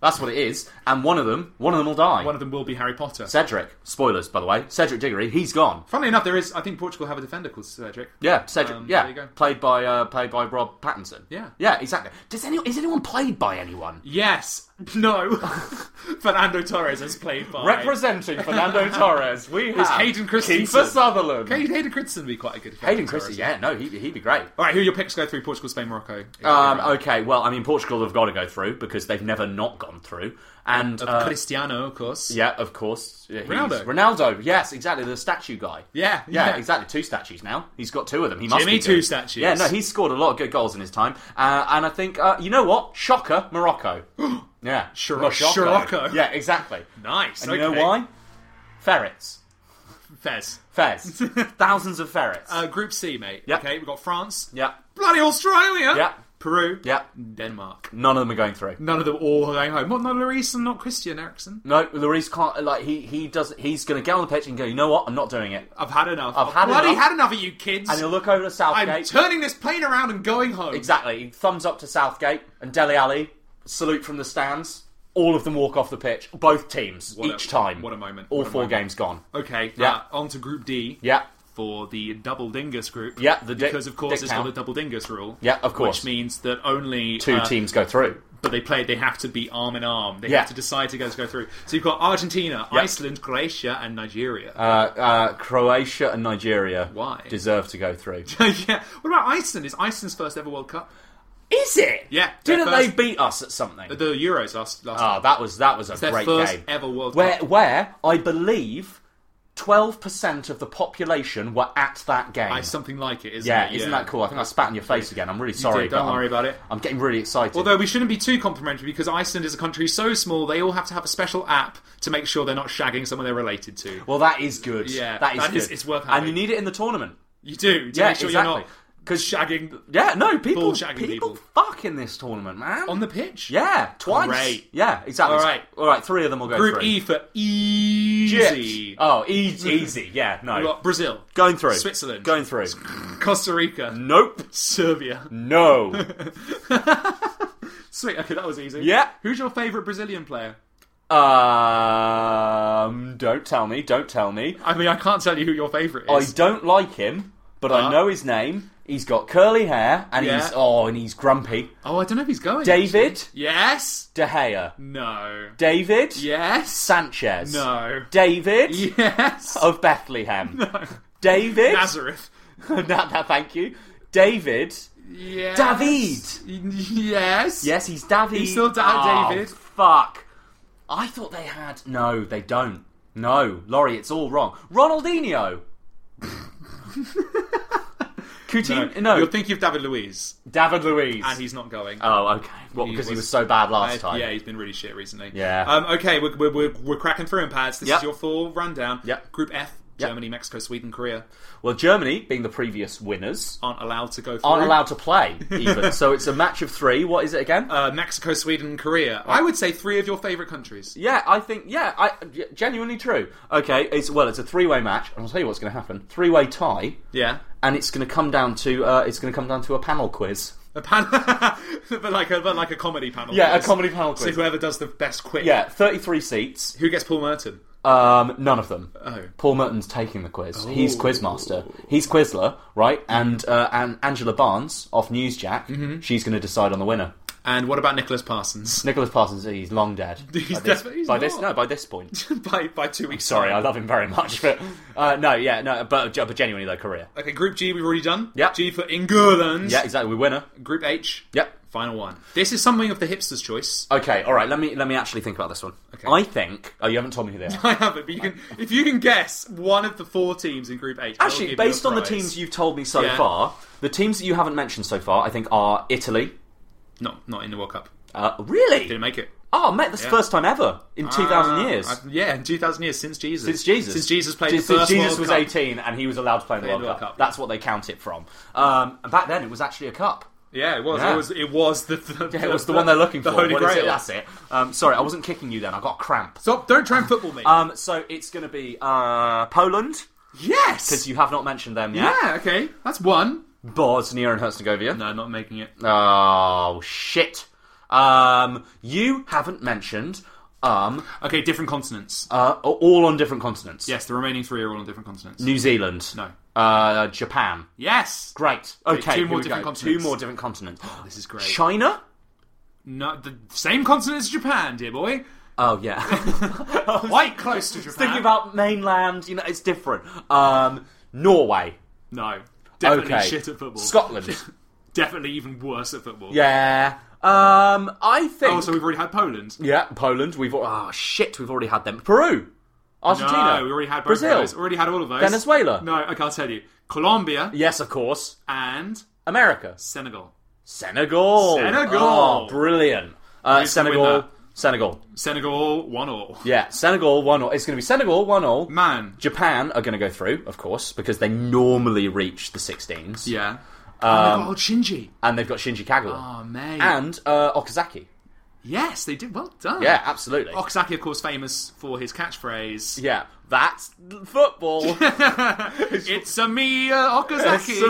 That's what it is. And one of them, one of them will die.
One of them will be Harry Potter.
Cedric. Spoilers, by the way. Cedric Diggory. He's gone.
Funnily enough, there is. I think Portugal have a defender called Cedric.
Yeah, Cedric.
Um,
yeah,
there you go.
played by uh, played by Rob Pattinson.
Yeah.
yeah, exactly. Does anyone is anyone played by anyone?
Yes. No. Fernando Torres is played by.
Representing Fernando Torres, we have
Hayden Christensen.
Kiefer Sutherland.
Hayden, Hayden Christensen would be quite a good.
Hayden
Fernando
Christensen.
Torres.
Yeah, no, he he'd be great.
All right, who are your picks to go through? Portugal, Spain, Morocco. Iran.
Um, okay, well, I mean, Portugal have got to go through because they've never not gone through, and
Of
uh,
Cristiano, of course.
Yeah, of course. Yeah, he's-
Ronaldo.
Ronaldo, yes, exactly. The statue guy.
Yeah,
yeah,
yeah.
exactly. Two statues now. He's got two of them. He must
Jimmy
be good.
two statues.
Yeah, no, he's scored a lot of good goals in his time. Uh, and I think, uh, you know what? Shocker, Morocco. yeah.
Shiro-
Morocco.
Scirocco.
Yeah, exactly.
Nice.
And
okay.
you know why? Ferrets.
Fez.
Fez. Thousands of ferrets.
Uh, group C, mate.
Yeah.
Okay, we've got France.
yeah.
Bloody Australia.
Yeah.
Peru.
Yeah.
Denmark.
None of them are going through.
None of them all are going home. Not, not Lloris and not Christian Eriksen.
No, Lloris can't. Like he, he does. He's going to get on the pitch and go. You know what? I'm not doing it.
I've had enough.
I've had
bloody
enough.
had enough of you kids.
And he'll look over to Southgate.
I'm turning this plane around and going home.
Exactly. Thumbs up to Southgate and Deli Alley. Salute from the stands. All of them walk off the pitch. Both teams,
What a-
each time.
what a moment.
All
What a
four
moment.
games gone.
Okay.
Yeah.
Uh, on to Group D.
Yeah.
For the double dingus group.
Yeah, the dick-
because of course
dick
it's
count.
got the double dingus rule.
Yeah, of course.
Which means that only
Two
uh,
teams go through.
but they played. They have to be arm in arm. They
Yeah.
have to decide to go, to go through. So you've got Argentina, Iceland, Croatia, and Nigeria.
Uh, uh, Croatia and Nigeria
Why?
deserve to go through.
yeah. What about Iceland? Is Iceland's first ever World Cup?
Is it?
Yeah,
Didn't
their
they
first-
beat us at something?
Uh, The Euros last last.
Ah,
time.
that was that was a
their
great
first
game.
ever World
where,
Cup.
Where I believe twelve percent of the population were at that game.
I, something like it, isn't
yeah,
it?
isn't that cool? I think I spat in your face again. I'm really
You
sorry.
did, don't
but I'm-
worry about it.
I'm getting really excited.
Although we shouldn't be too complimentary because Iceland is a country so small, they all have to have a special app to make sure they're not shagging someone they're related to.
Well, that is good.
Yeah,
that is
that
good.
is- it's worth
And
having.
you need it in the tournament.
You do to
Yeah,
make sure you're not
exactly. 'Cause-
shagging
Yeah, no, people,
Bull-shagging
people,
people.
fuck in this tournament, man.
on the pitch.
yeah, twice.
Great.
Yeah, exactly.
All right.
all right. Three of them will go
Group
through.
E for easy.
Egypt. Oh, easy, easy. Yeah,
We've
no.
got Brazil
Going through.
Switzerland.
Going through.
Costa Rica,
Nope.
Serbia.
Mm. No.
Sweet. Okay, that was easy.
Yeah.
Who's your favourite Brazilian player?
um. Don't tell me. Don't tell me.
I mean, I can't tell you who your favourite
I
is.
don't like him, but I
Uh.
know his name. He's got curly hair, and
Yeah.
he's oh, and he's grumpy.
oh, I don't know if he's going.
David
Yes.
De Gea.
No.
David.
Yes.
Sanchez.
No.
David.
Yes.
of Bethlehem. David.
Nazareth.
Na- na- thank you. David.
Yes.
David.
Yes.
Yes, he's David.
He's still Da-
Oh,
David.
Fuck. I thought they had. No, they don't. No, Laurie, it's all wrong. Ronaldinho. Coutinho. No,
You're thinking of David Luiz,
David Luiz.
and he's not going.
Oh, okay. Well, because he was so bad last
I-
time.
Yeah, he's been really shit recently.
Yeah.
Um, okay, we're, we're, we're, we're cracking through in pads. This
Yep.
is your full rundown.
Yep.
Group F,
Yep.
Germany, Mexico, Sweden, Korea
Well, Germany, being the previous winners,
aren't allowed to go through.
aren't allowed to play even. so it's a match of three. What is it again?
Uh, Mexico, Sweden, and Korea. I would say three of your favourite countries.
Yeah, I think yeah, I yeah, genuinely true. Okay, it's well, it's a three-way match, and I'll tell you what's going to happen: three-way tie,
Yeah.
and it's going to come down to uh, it's going to come down to a panel quiz.
A pan- but like a but like a comedy panel.
Yeah, a
quiz.
comedy panel
So
quiz.
whoever does the best quick.
Yeah, thirty-three seats.
Who gets Paul Merton?
Um, none of them.
Oh.
Paul Merton's taking the quiz. He's quizmaster. He's Quizler, right? And uh, and Angela Barnes off Newsjack.
Mm-hmm.
She's going to decide on the winner.
And what about Nicholas Parsons?
Nicholas Parsons, he's long dead.
He's
by this,
definitely- he's
by this
not.
no, by this point.
by by two weeks.
Sorry, I
time.
love him very much, but uh, no, yeah, no, but, but genuinely though, Korea.
Okay, Group G we've already done.
Yep.
G for England.
Yeah, exactly. We winner.
Group H.
Yep.
Final one. This is something of the hipster's choice.
Okay, all right. Let me let me actually think about this one. I think. Oh, you haven't told me who they are.
I have it, but you can if you can guess one of the four teams in Group H. I will
actually,
give you a
based on the
prize.
teams you've told me so
Yeah.
far, the teams that you haven't mentioned so far, I think are Italy.
no, not in the World Cup,
Uh, really?
didn't make it.
Oh, mate, that's the
Yeah.
first time ever in two thousand
Ah,
years.
I- yeah, in two thousand years since Jesus.
Since Jesus.
Since Jesus played
Since
the first
Jesus
World
was
Cup.
18 and he was allowed to play in the
Played
World Cup. That's what they count it from. Um, and back then it was actually a cup.
Yeah, it was.
Yeah.
It was. It was the. the
Yeah, it was the one they're looking
the
for.
Holy
What is it?
Grail.
That's it. Um, sorry, I wasn't kicking you then. I got a cramp.
Stop! Don't try and football me.
Um, so it's going to be uh, Poland,
yes.
because you have not mentioned them yet.
Yeah. Okay. That's one.
Bosnia and Herzegovina.
No, not making it.
Oh, shit. Um, you haven't mentioned. Um,
Okay, different continents.
uh, all on different continents.
yes, the remaining three are all on different continents.
New Zealand.
No.
Uh, Japan.
yes.
Great.
Wait,
Okay.
two
here
more
we
different
go.
continents. Oh,
Two more different continents.
This is great.
China.
No, the same continent as Japan, dear boy.
Oh yeah.
Quite close to Japan.
Thinking about mainland, you know, it's different. Um, Norway.
No. Definitely
okay.
shit at football.
Scotland.
Definitely even worse at football.
yeah. Um, I think.
Oh, so we've already had Poland.
yeah, Poland. We've al- oh shit, we've already had them. Peru, Argentina.
No, we already had both
Brazil.
Of those. Already had all of those.
Venezuela.
No, okay, I'll tell you. Colombia
Yes, of course.
and
America.
Senegal.
Senegal.
Senegal.
Oh, brilliant. Uh,
Who's gonna win
Senegal.
that?
Senegal.
Senegal one all.
Yeah, Senegal one all. It's going to be Senegal one all.
Man.
Japan are going to go through, of course, because they normally reach the 16s.
Yeah. oh, they've got old Shinji.
and they've got Shinji Kagawa
Oh, mate.
Um, and uh, Okazaki.
yes, they did. Well done.
Yeah, absolutely.
Okazaki, of course, famous for his catchphrase.
yeah, that's football.
It's a me, uh, Okazaki.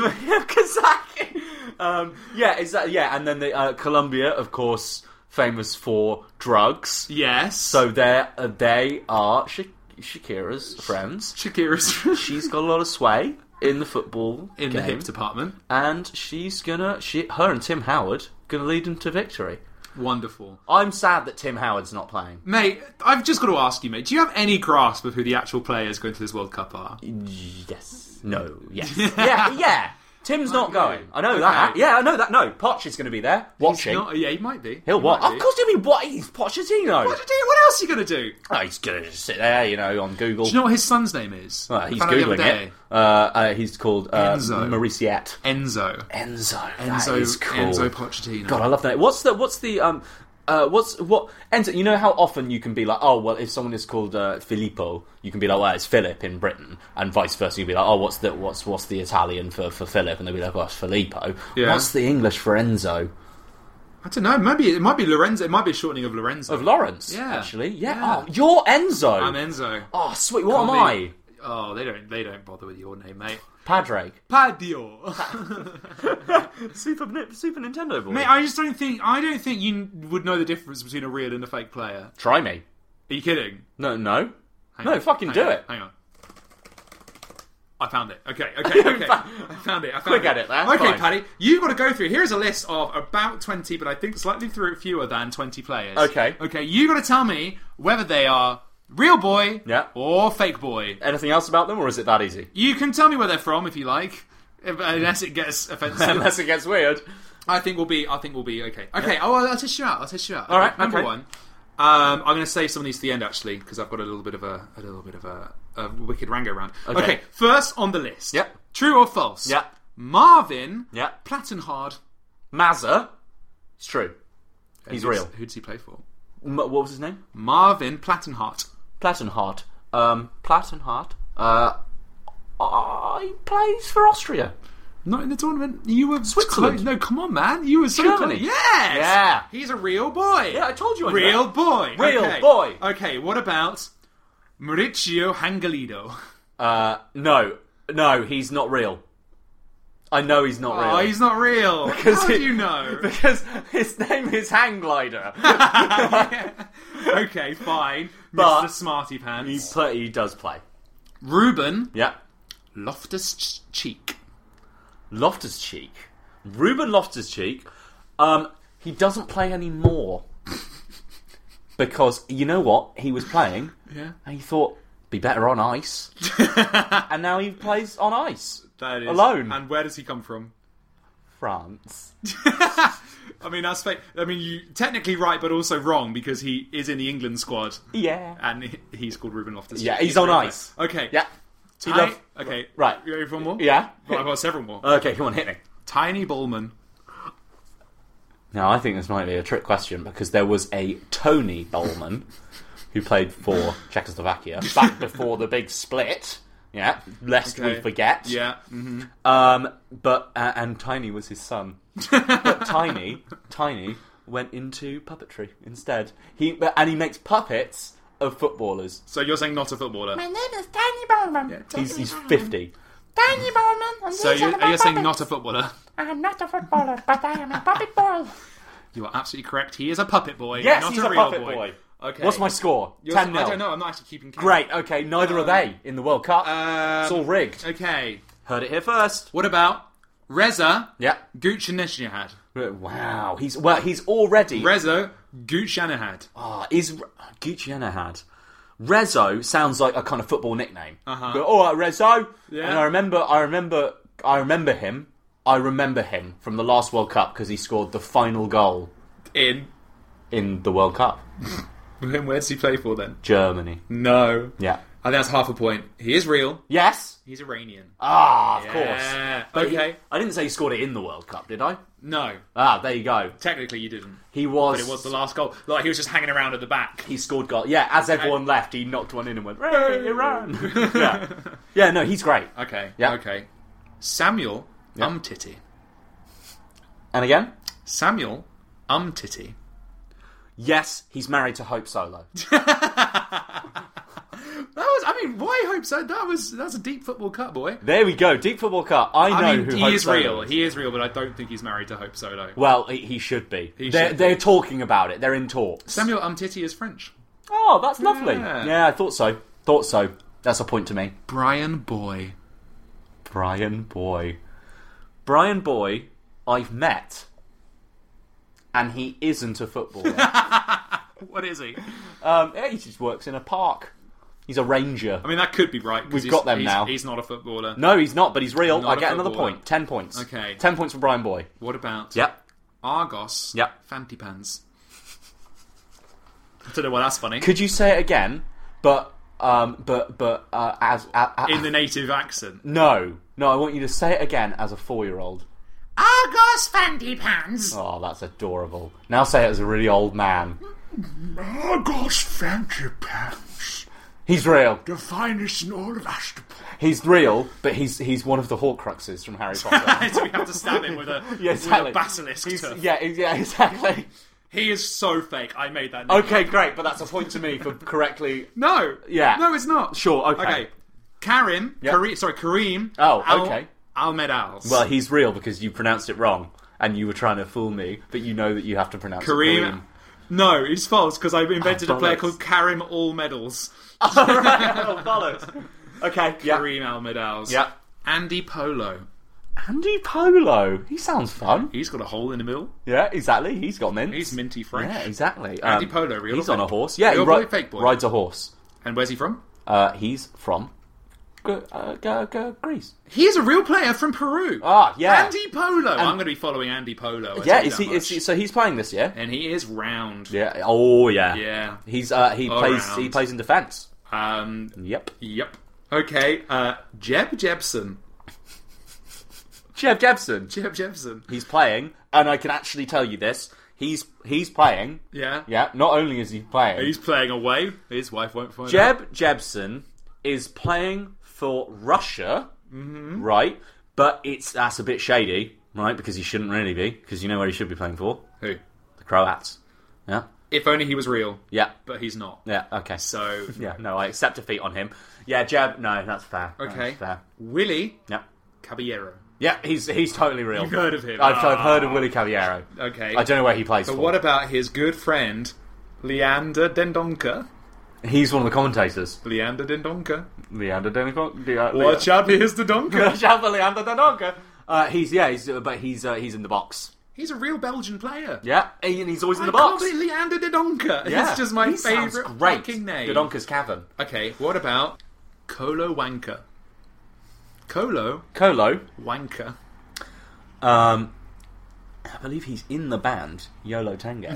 Okazaki. Um, yeah, is that yeah? And then the, uh, Colombia, of course, famous for drugs.
Yes.
So they uh, they are Sha- Shakira's friends.
Shakira's
She's got a lot of sway in the football
in the
game,
hip department.
and she's gonna she her and Tim Howard gonna lead them to victory.
Wonderful.
I'm sad that Tim Howard's not playing.
Mate, I've just got to ask you, mate, do you have any grasp of who the actual players going to this World Cup are?
Yes. No. Yes. yeah. Yeah. Tim's not going. I know that.
Okay.
Yeah, I know that. No, Poch is going to be there watching.
Not- yeah, he might be.
He'll
He
watch.
might
Of
be.
course, he'll be what? He's Pochettino.
What, do you do? what else are you going to do? Do
Oh, he's going to sit there, you know, on Google.
you know what his son's name is?
Uh, he's
Found out the other
googling
day.
it. Uh, uh, he's called uh,
Enzo.
Mauriciat.
Enzo.
Enzo.
Enzo-
that is cool.
Enzo Pochettino.
God, I love that. What's the? What's the? Um. Uh, what's what? Enzo, you know how often you can be like, oh well, if someone is called uh, Filippo, you can be like, well, it's Philip in Britain, and vice versa. You'll be like, oh, what's the what's what's the Italian for for Philip, and they'll be like, oh, it's Filippo.
Yeah.
What's the English for Enzo?
I don't know. Maybe it might be Lorenzo. It might be a shortening of Lorenzo.
Of Lawrence,
Yeah.
actually, yeah.
Yeah.
Oh, you're Enzo.
I'm Enzo.
Oh, sweet. What
Can't
am
be- Oh, they don't. They don't bother with your name, mate.
I? Padraig.
Padio.
Super Super Nintendo boy.
mate, I just don't think. I don't think you would know the difference between a real and a fake player.
Try me.
Are you kidding?
No, no,
Hang
no.
on,
Fucking
hang
do
on,
it.
Hang on. I found it. Okay, okay, okay. I found it. I found
Quick
it.
at it, there.
Okay,
Fine.
Paddy, you've got to go through. Here's a list of about 20, but I think slightly through fewer than 20 players.
Okay.
Okay, you've got to tell me whether they are real boy
Yeah.
or fake boy.
Anything else about them, or is it that easy?
You can tell me where they're from if you like. If, unless it gets offensive,
Unless it gets weird.
I think we'll be. I think we'll be okay. Okay. Oh, I'll, I'll test you out. I'll test you out.
All right,
Number
okay.
one. Um, I'm going to save some of these to the end actually because I've got a little bit of a, a little bit of a, a wicked rango round. Okay. First on the list.
Yep.
True or false?
Yep.
Marvin.
Yep.
Plattenhard.
Mazza. It's true. He's
Who does-
real.
Who does he play for?
M- what was his name?
Marvin Plattenhart.
Plattenhardt. Um, Plattenhardt. Uh, oh, he plays for Austria.
Not in the tournament. You were
Switzerland.
close- No, come on, man. You were so
Germany.
close. Yes.
Yeah.
He's a real boy.
Yeah, I told you. I knew
Real
that.
boy.
Real
Okay.
boy.
Okay. What about Maurizio Hangalido?
Uh, no, no, he's not real. I know he's not
Oh,
real.
he's not real. How
it-
do you know?
because his name is Hang Glider.
okay, fine.
But-
Mr. Smarty
he,
Pants.
play, he does play.
Ruben
Yeah.
Loftus Cheek.
Loftus Cheek. Ruben Loftus Cheek. Um, he doesn't play anymore. because you know what? He was playing
Yeah.
and he thought, be better on ice. and now he plays on ice.
That is
Alone.
And where does he come from?
France.
I mean, that's fa- I mean, you technically right, but also wrong because he is in the England squad.
Yeah.
and he- he's called Ruben Loftus.
Yeah, he's on ice.
Okay.
Yeah. He
Ti-
love-
okay.
Right.
You ready for one more?
Yeah. Uh,
Well, I've got several more.
Okay, come on, hit me.
Tiny Ballman.
Now, I think this might be a trick question because there was a Tony Dolman who played for Czechoslovakia back before the big split. Yeah, lest we
Okay.
forget.
Yeah. hmm
Um, but uh, and Tiny was his son. but Tiny, Tiny went into puppetry instead. He and he makes puppets of footballers.
So you're saying not a footballer?
He's he's fifty.
So you, are you saying not a footballer? I'm not a footballer, but I am a puppet boy. You are absolutely correct. He is a puppet boy.
Yes,
not
he's
a,
a,
real
puppet boy.
Okay.
What's my score?
Yours-
Ten
I don't
nil.
know. I'm not actually keeping count.
Great. Okay. Neither are they in the World Cup.
Um,
it's all rigged.
Okay.
Heard it here first.
What about Reza?
Yeah.
Guchanishahad.
Wow. He's well. He's already.
Reza Guchanahad.
Ah, is Gucciana had Rezo sounds like a kind of football nickname. Uh-huh. But, All right, Rezo.
Yeah.
And I remember, I remember, I remember him. I remember him from the last World Cup because he scored the final goal
In.
in the World Cup.
Then where does he play for then?
Germany.
Mm. No.
Yeah.
I think that's half a point. He is real.
Yes.
He's Iranian.
Ah, of
Yeah.
course. But he-
Okay.
I didn't say he scored it in the World Cup, did I?
No.
Ah, there you go.
Technically, you didn't.
He was.
But it was the last goal. Like, he was just hanging around at the back.
He scored goal. Yeah, as everyone left, he knocked one in and went, "Hey, Iran!" yeah. yeah, no, he's great.
Okay.
Yeah.
Okay. Samuel um, Umtiti.
And again,
Samuel um, Umtiti.
yes, he's married to Hope Solo.
That was, I mean, why hope so? That was, that's a deep football cut, boy.
There we go. Deep football car. I know
I mean,
who
he
Hope
is
Solo
real.
is.
He is real, but I don't think he's married to Hope Solo.
Well, he, he should be.
He
they're,
should be.
they're talking about it. They're in talks.
Samuel Umtiti is French.
Oh, that's lovely.
Yeah.
Yeah. I thought so. Thought so. That's a point to me.
Brian Boy.
Brian Boy. Brian Boy, I've met, and he isn't a footballer.
What is he?
um, yeah, he just works in a park. He's a ranger.
I mean, that could be right. 'cause
We've
he's-
got them
he's,
now.
He's not a footballer.
no, he's not, but he's real.
Not
I
a
get another
footballer.
point. Ten points.
Okay.
Ten points for Brian Boy.
What about
Yep.
Argos
Yep.
Fanty Pants? I don't know why that's funny.
Could you say it again? But um, but but uh, as a- a-
In the native accent.
No, no, I want you to say it again as a four year old.
Argos Fanty Pants!
Oh, that's adorable. Now say it as a really old man.
Argos Fanty Pants.
He's real.
The finest in all of Astapor.
He's real, but he's he's one of the Horcruxes from Harry Potter.
so we have to stab him with a,
Yeah,
with
exactly.
a basilisk.
He's-
tuft.
yeah, ex- yeah, exactly.
He is so fake. I made that. name
Okay,
up.
great, but that's a point to me for correctly.
No.
Yeah.
No, it's not.
Sure, okay.
Karim.
Yep.
Kareem, sorry, Kareem.
Oh,
Al-
okay.
Almedals.
Well, he's real because you pronounced it wrong, and you were trying to fool me, but you know that you have to pronounce
Kareem.
it Kareem.
No, it's false because I invented
Oh,
a player
bollocks.
called Karim All Medals.
Oh, bollocks. Okay, yeah.
Kareem Almedals.
Yep.
Andy Polo.
Andy Polo. He sounds fun.
He's got a hole in the middle.
Yeah, exactly. He's got mints.
He's minty fresh.
Yeah, exactly. Um,
Andy Polo, real
He's
or
on a
fake?
horse. Yeah,
Real
he ri-
boy, fake boy?
rides a horse.
And where's he from?
Uh, he's from G- uh, G- G- Greece.
He is a real player from Peru.
Ah, yeah.
Andy Polo. I'm going to be following Andy Polo. I
yeah,
tell you
is
that
he, is he?
much.
So he's playing this year.
And he is round.
Yeah. Oh, yeah.
Yeah.
He's uh, he
All
plays
round.
he plays in defence.
Um,
Yep.
Yep. Okay, uh, Jeb Jebson.
Jeff Jepson.
Jeb Jebson.
He's playing, and I can actually tell you this. He's he's playing.
Yeah.
Yeah. Not only is he playing,
He's playing away. His wife won't find out.
Jeb Jebson is playing for Russia,
Mm-hmm.
right? But it's that's a bit shady, right? Because he shouldn't really be, because you know where he should be playing for
Who?
the Croats. Yeah,
If only he was real.
yeah,
But he's not.
yeah. Okay,
So,
yeah, no, I accept defeat on him. Yeah, Jeb. No, that's fair. That's
okay.
fair.
Willie
Yeah,
Caballero.
yeah. He's he's totally real.
You've heard of him.
I've, I've
Ah.
heard of Willie Caballero.
Okay.
I don't know where he plays
But
for.
what about his good friend, Leander Dendonka?
he's one of the commentators.
Leander Dendonka.
Leander Denonka.
Watch out, here's the Donka.
Watch out for Leander Denonka. Uh, he's yeah, he's uh, but he's uh, he's in the box.
He's a real Belgian player.
Yeah, and he's always in
I
the box.
can't believe Leander Dendonka.
Yeah.
It's just my
He sounds
favourite
great.
fucking name.
Dodonka's Cavern.
Okay, what about Colo Wanker? Colo
Colo.
Wanker.
Um, I believe he's in the band Yolo Tango,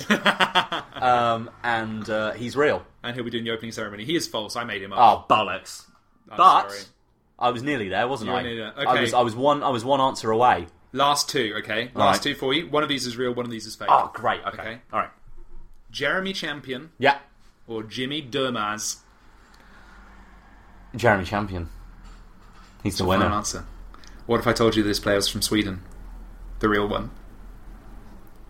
um, and uh, he's real.
And he'll be doing the opening ceremony. He is false. I made him
Oh
up.
bollocks!
I'm
but
sorry.
I was nearly there, wasn't
You were
I?
nearly there. Okay.
I was I was one I was one answer away.
Last two, okay?
All
Last
right.
two for you. One of these is real, one of these is fake.
Oh great! Okay.
Okay.
All right.
Jeremy Champion
Yeah.
or Jimmy Durmaz?
Jeremy Champion. He's the
Final
winner.
answer. What if I told you this player was from Sweden? The real one.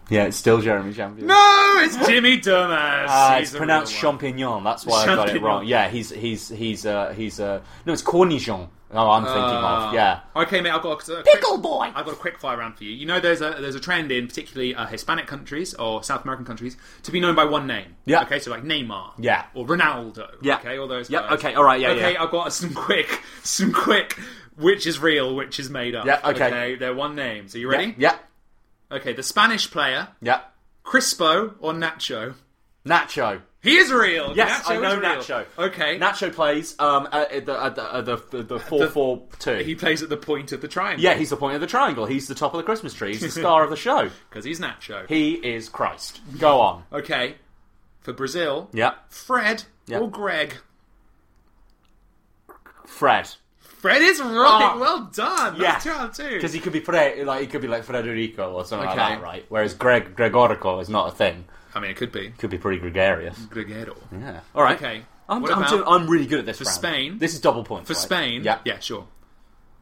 Yeah, it's still Jeremy Champion.
No, it's Jimmy Durmaz.
Uh,
He's
it's
the
pronounced
real one.
champignon. That's why I got it wrong.
Champignon.
Yeah, he's he's he's uh, he's uh, no, it's cornichon. Oh, I'm thinking
Uh,
of yeah.
Okay, mate. I've got a, a quick,
boy.
I've got a quick fire round for you. You know, there's a there's a trend in particularly uh, Hispanic countries or South American countries to be known by one name.
Yeah.
Okay, so like Neymar.
Yeah.
Or Ronaldo.
Yeah.
Okay, all those.
Yeah,
guys.
okay, all right, yeah,
Okay,
yeah.
I've got some quick, some quick. Which is real? Which is made up?
Yeah, okay.
They're one name. So you
Yeah,
ready?
yeah,
Okay, the Spanish player
yeah.
Crispo or Nacho.
Nacho.
He is real.
Yes,
Nacho
I know
is real.
Nacho.
Okay,
Nacho plays um at at the at the at the, the, the four four two.
he plays at the point of the triangle.
yeah, he's the point of the triangle. He's the top of the Christmas tree. He's the star of the show.
because he's Nacho.
He is Christ. Go on.
Okay, for Brazil,
Yeah,
Fred
Yeah.
or Greg.
Fred.
Fred is right.
Oh.
Well done.
Yeah,
That's two out of two.
Because he could be Fre- like he could be like Frederico or something
Okay.
like that, right? Whereas Greg Gregorico is not a thing.
I mean, it could be
Could be pretty gregarious.
Gregero.
Yeah. All right.
Okay.
I'm,
What
I'm,
about-
doing, I'm really good at this.
For
round.
Spain-
this is double points
For
right?
Spain,
Yeah.
yeah, sure.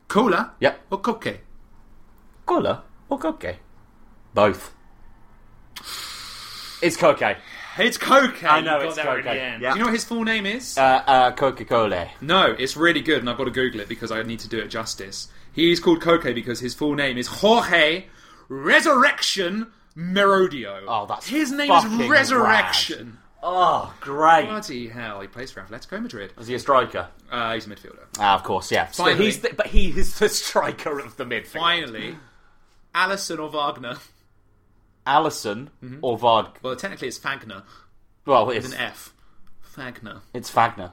Cola,
Yeah.
or Coque.
Cola or coke? Both. It's coke. Uh,
It's Coke.
I know,
You
it's
got that in
Coque,
the end.
yeah.
Do you know what his full name is?
uh, Coca Cola.
no, it's really good, and I've got to Google it because I need to do it justice. He's called Coque because his full name is Jorge Resurrection Merodio.
Oh, that's
his name
fucking
is Resurrection.
Oh, great.
Bloody hell! He plays for Atletico Madrid.
Is he a striker?
Uh, he's a midfielder.
Ah, of course, yeah. So
Finally.
he's the, but he is the striker of the midfield.
Finally, Allison or Wagner.
Allison or Vard?
Well, technically it's Fagner
Well, it's,
Mm-hmm. with an F. Fagner.
it's Fagner.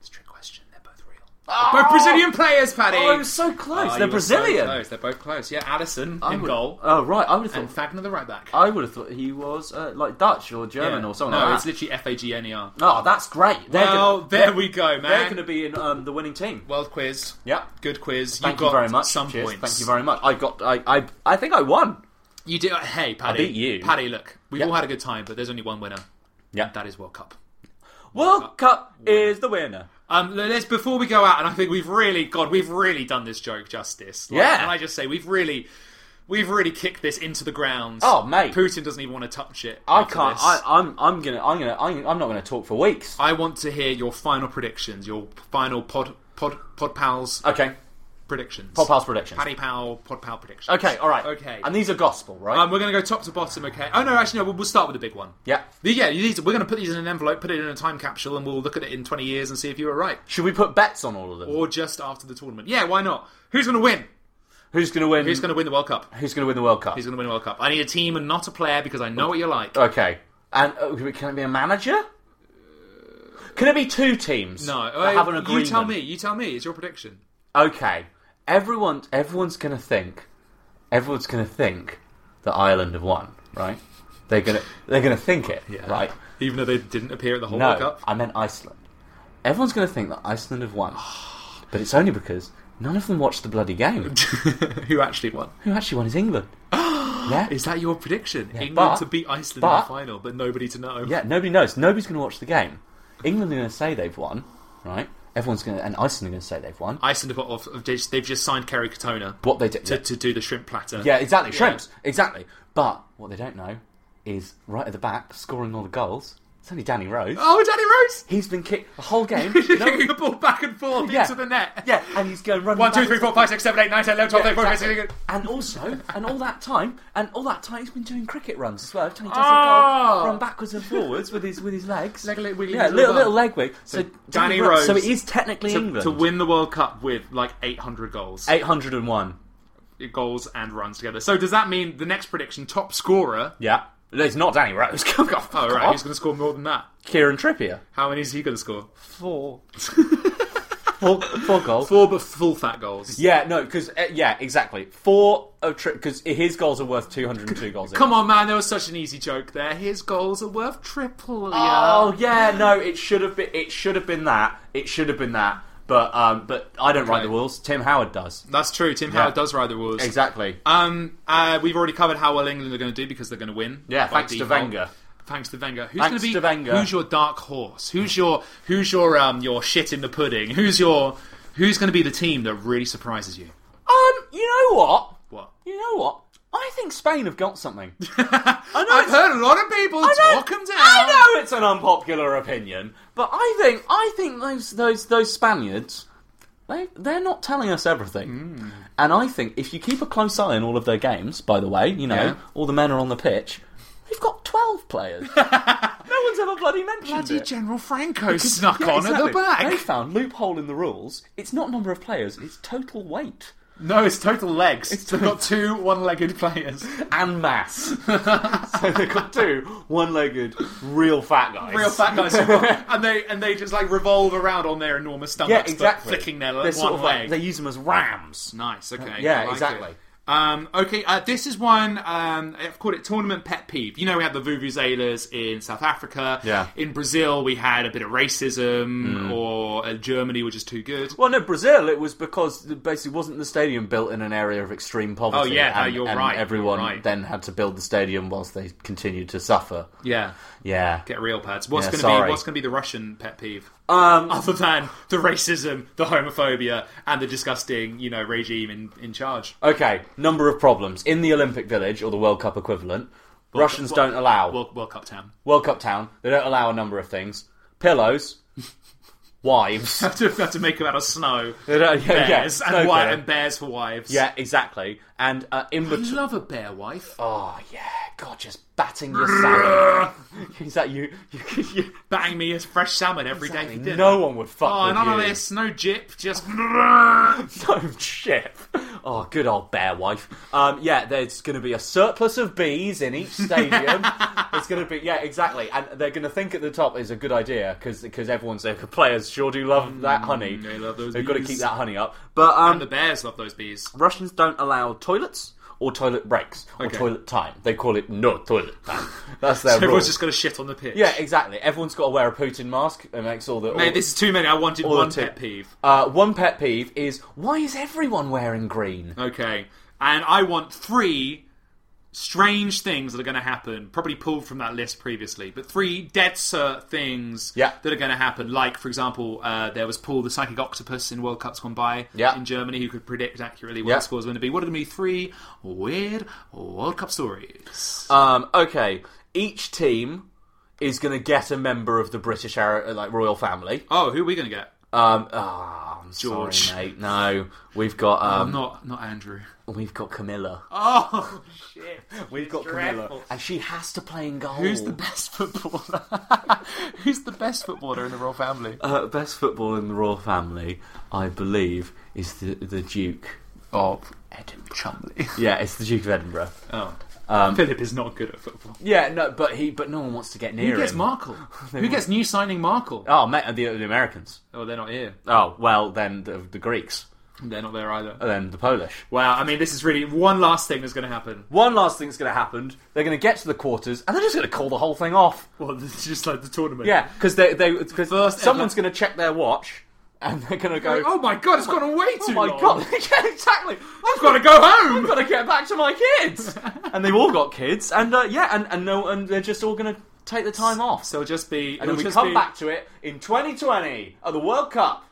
It's a trick question. They're both real. They're both Brazilian players, Paddy.
Oh, I was so close.
Oh,
They're
you were so
Brazilian.
close. They're both close. Yeah, Allison
I
in
would-
goal
Oh, right. I would have
and
thought.
Fagner the right back.
I would have thought he was uh, like Dutch or German
Yeah.
or something
No,
like
it's
that.
literally F A G N E R.
Oh, that's great. They're
Well,
gonna-
there
they're-
we go, man.
They're going to be in um, the winning team.
World quiz.
Yeah.
Good quiz.
Thank
you got
you very much.
some
Cheers.
points.
Thank you very much. I got. I. I, I think I won.
You did. Hey, Paddy.
beat you.
Paddy, look, we've
Yeah.
all had a good time, but there's only one winner.
Yeah.
That is World Cup.
World Cup is the winner.
Um, let's before we go out, and I think we've really, God, we've really done this joke justice. Like,
Yeah.
and I just say we've really, we've really kicked this into the ground.
Oh, mate.
Putin doesn't even want to touch it.
I
after
can't.
this.
I, I'm. I'm gonna. I'm gonna. I'm, I'm not gonna talk for weeks.
I want to hear your final predictions, your final pod pod pod pals
Okay.
predictions,
Pop past predictions.
paddy pal pod pal predictions.
Okay. All right.
okay.
And these are gospel, right?
um, we're going to go top to bottom. Okay. Oh no, actually no. We'll, we'll start with the big one.
yeah.
The- Yeah, these, we're going to put these in an envelope, put it in a time capsule, and we'll look at it in 20 years and see if you were right.
Should we put bets on all of them?
Or just after the tournament. Yeah, why not? Who's going to win?
who's gonna win?
Who's going to win the World Cup?
Who's gonna win the World Cup?
Who's going to win the World Cup? I need a team and not a player because I know what you're like.
Okay. And uh, can it be a manager? Can it be two teams?
No,
that
uh,
have an agreement.
you tell me. You tell me. It's your prediction.
Okay. Everyone, everyone's gonna think. Everyone's gonna think that Ireland have won, right? They're gonna, they're gonna think it, right?
Even though they didn't appear at the whole World
No,
Cup.
I meant Iceland. Everyone's gonna think that Iceland have won, but it's only because none of them watched the bloody game.
Who actually won?
Who actually won is England. yeah,
Is that your prediction? England
but-
to beat Iceland in
but-
the final, but nobody to know.
Yeah, nobody knows. Nobody's going to watch the game. England are going to say they've won, right? Everyone's going to, and Iceland are going to say they've won.
Iceland have got off. They've just- they've just signed Kerry Katona
What they did,
to,
yeah.
to do the shrimp platter.
yeah, exactly, shrimps, exactly. But what they don't know is right at the back, scoring all the goals. It's only Danny Rose.
Oh, Danny Rose!
He's been kicked the whole game.
He's
No-
kicking the ball back and forth
yeah,
into the net.
Yeah, and he's going running.
One, two,
back-
three, four, five, six, seven, eight, nine, ten, eleven, twelve,
Yeah,
thirteen, fourteen,
exactly.
fifteen,
And also, and all that time, and all that time, he's been doing cricket runs as well. Tony does a
Oh.
goal, run backwards and forwards with his with his legs.
Leg- leg wiggling
yeah,
as
little
well.
little leg wig. So,
Danny
Ro-
Rose
So it is technically
To,
England
to win the World Cup with like 800 goals.
Eight hundred and one.
goals and runs together. So does that mean the next prediction, top scorer?
Yeah, it's not Danny Rose. Come on,
Oh
come
right,
on.
who's going to score more than that?
Kieran Trippier.
How many is he going to score?
Four. Four, four goals.
Four but full fat goals.
Yeah, no, because uh, yeah, exactly. Four of because his goals are worth two hundred and two goals.
Come on, man, that was such an easy joke there. His goals are worth triple.
Oh yeah, no, it should have been. It should have been that. It should have been that. But um, but I don't write
Okay.
the rules. Tim Howard does.
That's true. Tim
Yeah.
Howard does ride the wolves.
Exactly.
Um, uh, we've already covered how well England are going to do because they're going to win.
Yeah,
by
thanks to
default.
Wenger.
Thanks to Wenger. Who's
Thanks
going to be?
to Wenger.
Who's your dark horse? Who's your who's your um your shit in the pudding? Who's your who's going to be the team that really surprises you?
Um, you know what?
What?
You know what? I think Spain have got something. I know
I've
it's-
heard a lot of people
I know-
talk them down.
I know it's an unpopular opinion, but I think I think those those those Spaniards they they're not telling us everything.
Hmm.
And I think if you keep a close eye on all of their games, by the way, you know,
Yeah.
all the men are on the pitch. They've got twelve players. no one's ever bloody mentioned
Bloody
it.
General Franco snuck
Yeah,
on at
exactly.
the back.
They found loophole in the rules. It's not number of players; it's total weight
No, it's total legs. It's got two one-legged players.
and mass. so they've got two one-legged, real fat guys.
Real fat guys, who- and they and they just like revolve around on their enormous stomachs,
Yeah,
but
exactly.
flicking their
They're
one
sort of
leg.
like- they use them as rams.
Nice. Okay.
yeah,
I like
exactly.
it. Um, okay, uh, this is one um, I've called it tournament pet peeve. You know, we had the Vuvuzelas in South Africa.
Yeah. Mm.
In Brazil, we had a bit of racism, or uh, Germany were just too good.
Well, no, Brazil. It was because the- basically wasn't the stadium built in an area of extreme poverty.
Oh, yeah, no,
and,
you're
and
right, you're
Everyone
right.
then had to build the stadium whilst they continued to suffer.
Yeah.
Yeah.
Get real pads. What's
Yeah,
going to
sorry.
be? What's going to be the Russian pet peeve?
Um,
Other than the racism, the homophobia, and the disgusting, you know, regime in, in charge.
okay. Number of problems in the Olympic Village or the World Cup equivalent. Russians
Well-
don't allow
World, World Cup town.
World Cup town. They don't allow a number of things. Pillows, wives.
Have to have to make them out of snow.
They don't- yeah, yeah,
bears
snow
and, wi-
bear.
and bears for wives.
Yeah, exactly. And uh, in
I
between.
love a bear wife.
Oh yeah, God, just batting your salad. Is that you? you, you
Bang me as fresh salmon every day for dinner.
no one would fuck
Oh,
with
none
you.
of this. No jip. Just.
No shit. Oh, good old bear wife. Um, yeah, there's going to be a surplus of bees in each stadium. it's going to be yeah, exactly. And they're going to think at the top is a good idea because everyone's there. Players sure do Mm, love that honey.
they love those
They've got to
bees.
keep that honey up. But um,
and the bears love those bees.
Russians don't allow toilets or toilet breaks or
Okay.
toilet time. They call it no toilet time. That's their
So
rule.
everyone's just going to shit on the pitch.
Yeah, exactly. Everyone's got to wear a Putin mask. It makes all the. all-
Mate, this is too many. I wanted
all the
one
tip-
pet peeve.
Uh, one pet peeve is why is everyone wearing green?
Okay. And I want three strange things that are going to happen, probably pulled from that list previously, but three dead cert things
Yeah.
that are going to happen. Like, for example, uh, there was Paul the Psychic Octopus in World Cups gone by
Yeah.
in Germany who could predict accurately what
Yeah.
the score was going to be. What are going to be three weird World Cup stories?
Um, okay, each team is going to get a member of the British era, like royal family.
oh, who are we going to get?
Um, oh, I'm
George.
sorry, mate. No, we've got um,
Not not Andrew.
we've got Camilla.
Oh shit!
we've got Camilla, and she has to play in goal.
Who's the best footballer? Who's the best footballer in the royal family?
uh, best footballer in the royal family? I believe is the the Duke.
Of Edinburgh Chumley.
Yeah, it's the Duke of Edinburgh.
Oh.
Um,
Philip is not good at football.
Yeah, no, but he, but no one wants to get near
Who gets
him.
Markle? Who gets new signing Markle?
Oh, mate, the, the Americans.
Oh, they're not here.
Oh, well, then the, the Greeks,
They're not there either.
and then the Polish.
Wow, I mean, this is really one last thing that's going to happen.
One last thing's going to happen. They're going to get to the quarters, and they're just going to call the whole thing off.
Well, this is just like the tournament.
Yeah, because they, they, cause
First
someone's
ever-
going to check their watch, and they're going to go.
Oh my god, it's gone on way too
Oh my
long.
god! yeah, exactly. I've
gotta go home.
I've got to get back to my kids. and they've all got kids, and uh, yeah, and and no, and they're just all going to take the time off.
So it'll just be.
and
it'll
then we
just
come
be
back to it in 2020 at the World Cup.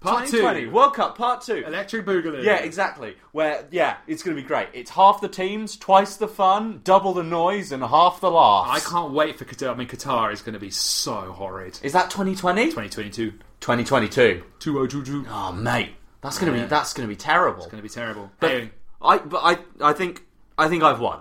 Part
2020
two.
World Cup Part Two.
Electric Boogaloo.
Yeah, exactly. Where yeah, it's going to be great. It's half the teams, twice the fun, double the noise, and half the
I
laughs.
can't wait for Qatar. I mean, Qatar is going to be so horrid.
Is that 2020?
2022.
2022.
2022. It's
Oh mate, that's going to be that's going to be terrible.
going to be terrible.
But
Hey,
I but I I think I think I've won.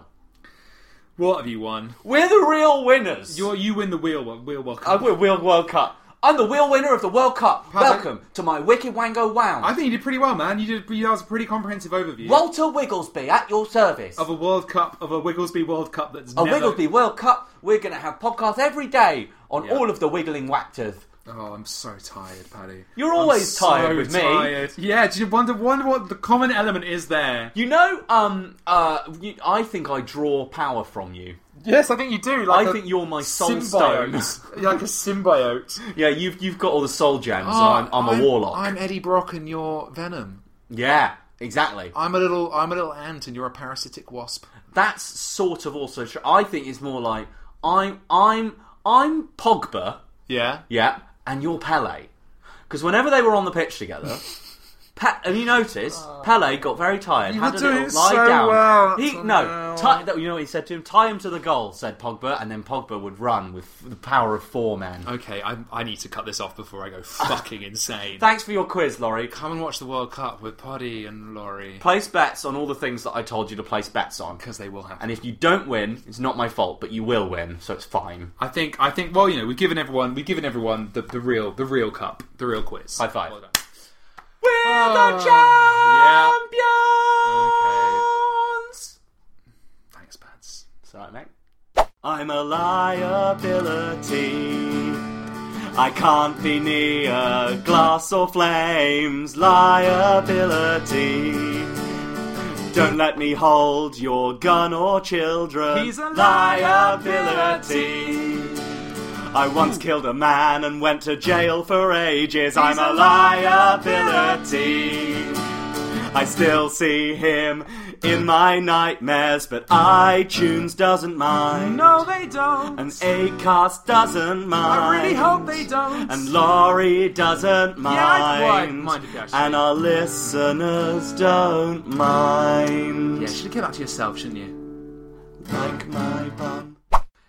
what have you won?
We're the real winners.
You're, you win the wheel, wheel World
I
Cup.
win World World Cup. I'm the real winner of the World Cup.
Perfect.
Welcome to my Wicked Wango Wound.
I think you did pretty well, man. You did. That was a pretty comprehensive overview.
Walter Wigglesby at your service.
of a World Cup of a Wigglesby World Cup that's
A
never
Wigglesby World Cup. We're going to have podcasts every day on all of the wiggling wactors
Oh, I'm so tired, Paddy.
You're
I'm
always
so
tired with me.
tired. Yeah, do you wonder, wonder what the common element is there?
You know, um, uh, you, I think I draw power from you.
Yes, I think you do.
like
Like
I a think you're my soul symbiote. stone.
like a symbiote.
Yeah, you've you've got all the soul gems, and I'm, I'm a warlock.
Oh, I'm Eddie Brock, and you're Venom.
yeah, exactly.
I'm a little, I'm a little ant, and you're a parasitic wasp.
That's sort of also true. I think it's more like I'm I'm I'm Pogba.
Yeah,
Yeah, and you're Pele. Because whenever they were on the pitch together, Pe- have you noticed Pele got very tired?
Oh. You
had
were
a
doing
little lie
so
down.
well,
he
so
no,
well.
tie, that- you know what he said to him? Tie him to the goal, said Pogba, and then Pogba would run with the power of four men.
Okay, I, I need to cut this off before I go fucking insane.
Thanks for your quiz, Laurie.
Come and watch the World Cup with Poddy and Laurie
Place bets on all the things that I told you to place bets on.
because they will happen.
And if you don't win, it's not my fault, but you will win, so it's fine.
I think I think well, you know, we've given everyone we've given everyone the, the real the real cup, the real quiz.
High five.
Well done.
We're
Oh,
the
yeah.
champions!
Thanks, Pads.
It's alright, mate. I'm a liability. I can't be near glass or flames. Liability. Don't let me hold your gun or children.
He's a
liability. I once killed a man and went to jail for ages. I'm
a
a liability. I still see him in my nightmares, but iTunes doesn't mind.
they don't.
And Acast doesn't mind.
don't.
And Laurie doesn't mind.
I'd quite mind if you actually-
And our listeners don't mind.
yeah, you should have kept that to yourself, shouldn't you?
Like my bum.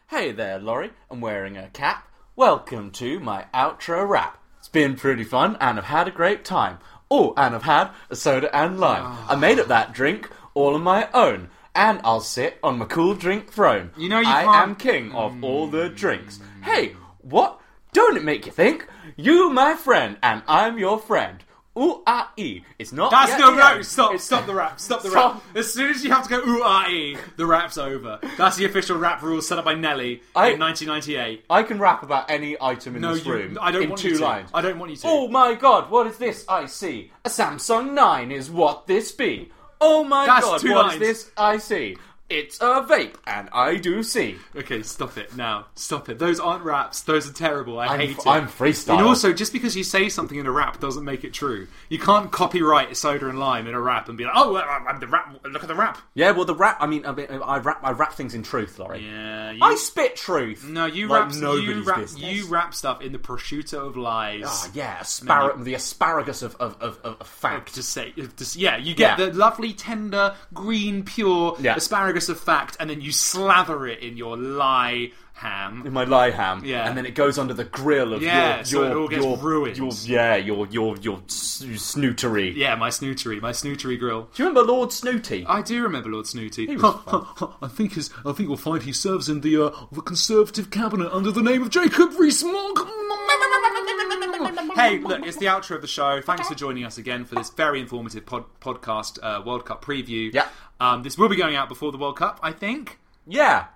Hey there, Laurie. I'm wearing a cap. Welcome to my outro rap. It's been pretty fun, and I've had a great time. Oh, and I've had a soda and lime.
Ah.
I made up that drink all on my own, and I'll sit on my cool drink throne.
You know you
I
can't- Hmm.
am king of all the drinks. Hey, what? Don't it make you think? You, my friend, and I'm your friend. Ooh, ah, ee. It's not.
That's
yet
no
the
no.
end.
Stop!
It's-
Stop the rap! Stop the
Stop.
rap! As soon as you have to go ooh ah ee, the rap's over. That's the official rap rule set up by Nelly
I-
in 1998.
I can rap about any item in
No,
this
you-
room.
I don't
in
want
two
you to.
lines.
I don't want you to.
Oh my god, what is this? I see a Samsung Nine is what this be. Oh my
That's
god,
two
what is
lines.
this? I see. It's a vape, and I do see.
Okay, stop it now. Stop it. Those aren't raps. Those are terrible. I
I'm-
hate it.
I'm freestyle.
And also, just because you say something in a rap doesn't make it true. You can't copyright soda and lime in a rap and be like, "Oh, well, I'm the rap. Look at the rap."
Yeah, well, the rap. I mean, I, mean, I rap. I rap things in truth, Laurie.
Yeah. You,
I spit truth.
no, you
like
rap.
nobody's
You rap.
business.
You rap stuff in the prosciutto of lies.
Ah, yeah, aspar- the asparagus of of of, of, of fact.
To Oh, say, to, s- yeah, you get
Yeah.
the lovely, tender, green, pure
Yeah.
asparagus of fact, and then you slather it in your lie ham.
in my lie ham,
Yeah.
and then it goes under the grill of
Yeah,
your,
so
your,
it all gets
your,
ruined.
your- yeah, your your your s- snootery.
Yeah, my snootery, my snootery grill.
Do you remember Lord Snooty?
I do remember Lord Snooty.
was
Ha,
fun.
ha, ha, I think his, I think we'll find he serves in the uh, the Conservative cabinet under the name of Jacob Rees-Mogg. Hey, look, it's the outro of the show. Thanks for joining us again for this very informative pod- podcast uh, World Cup preview.
Yeah.
Um, this will be going out before the World Cup, I think,
yeah.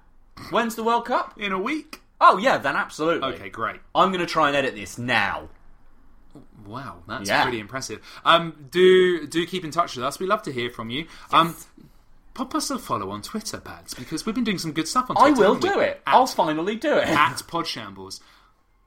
When's the World Cup?
in a week.
Oh yeah, then absolutely.
Okay, great.
I'm gonna try and edit this now.
Wow, that's
Yeah.
pretty impressive. Um, do do keep in touch with us. We love to hear from you. Um, pop us a follow on Twitter, Pads, because we've been doing some good stuff on Twitter.
I will
haven't we?
do it.
At-
I'll finally do it.
at Podshambles.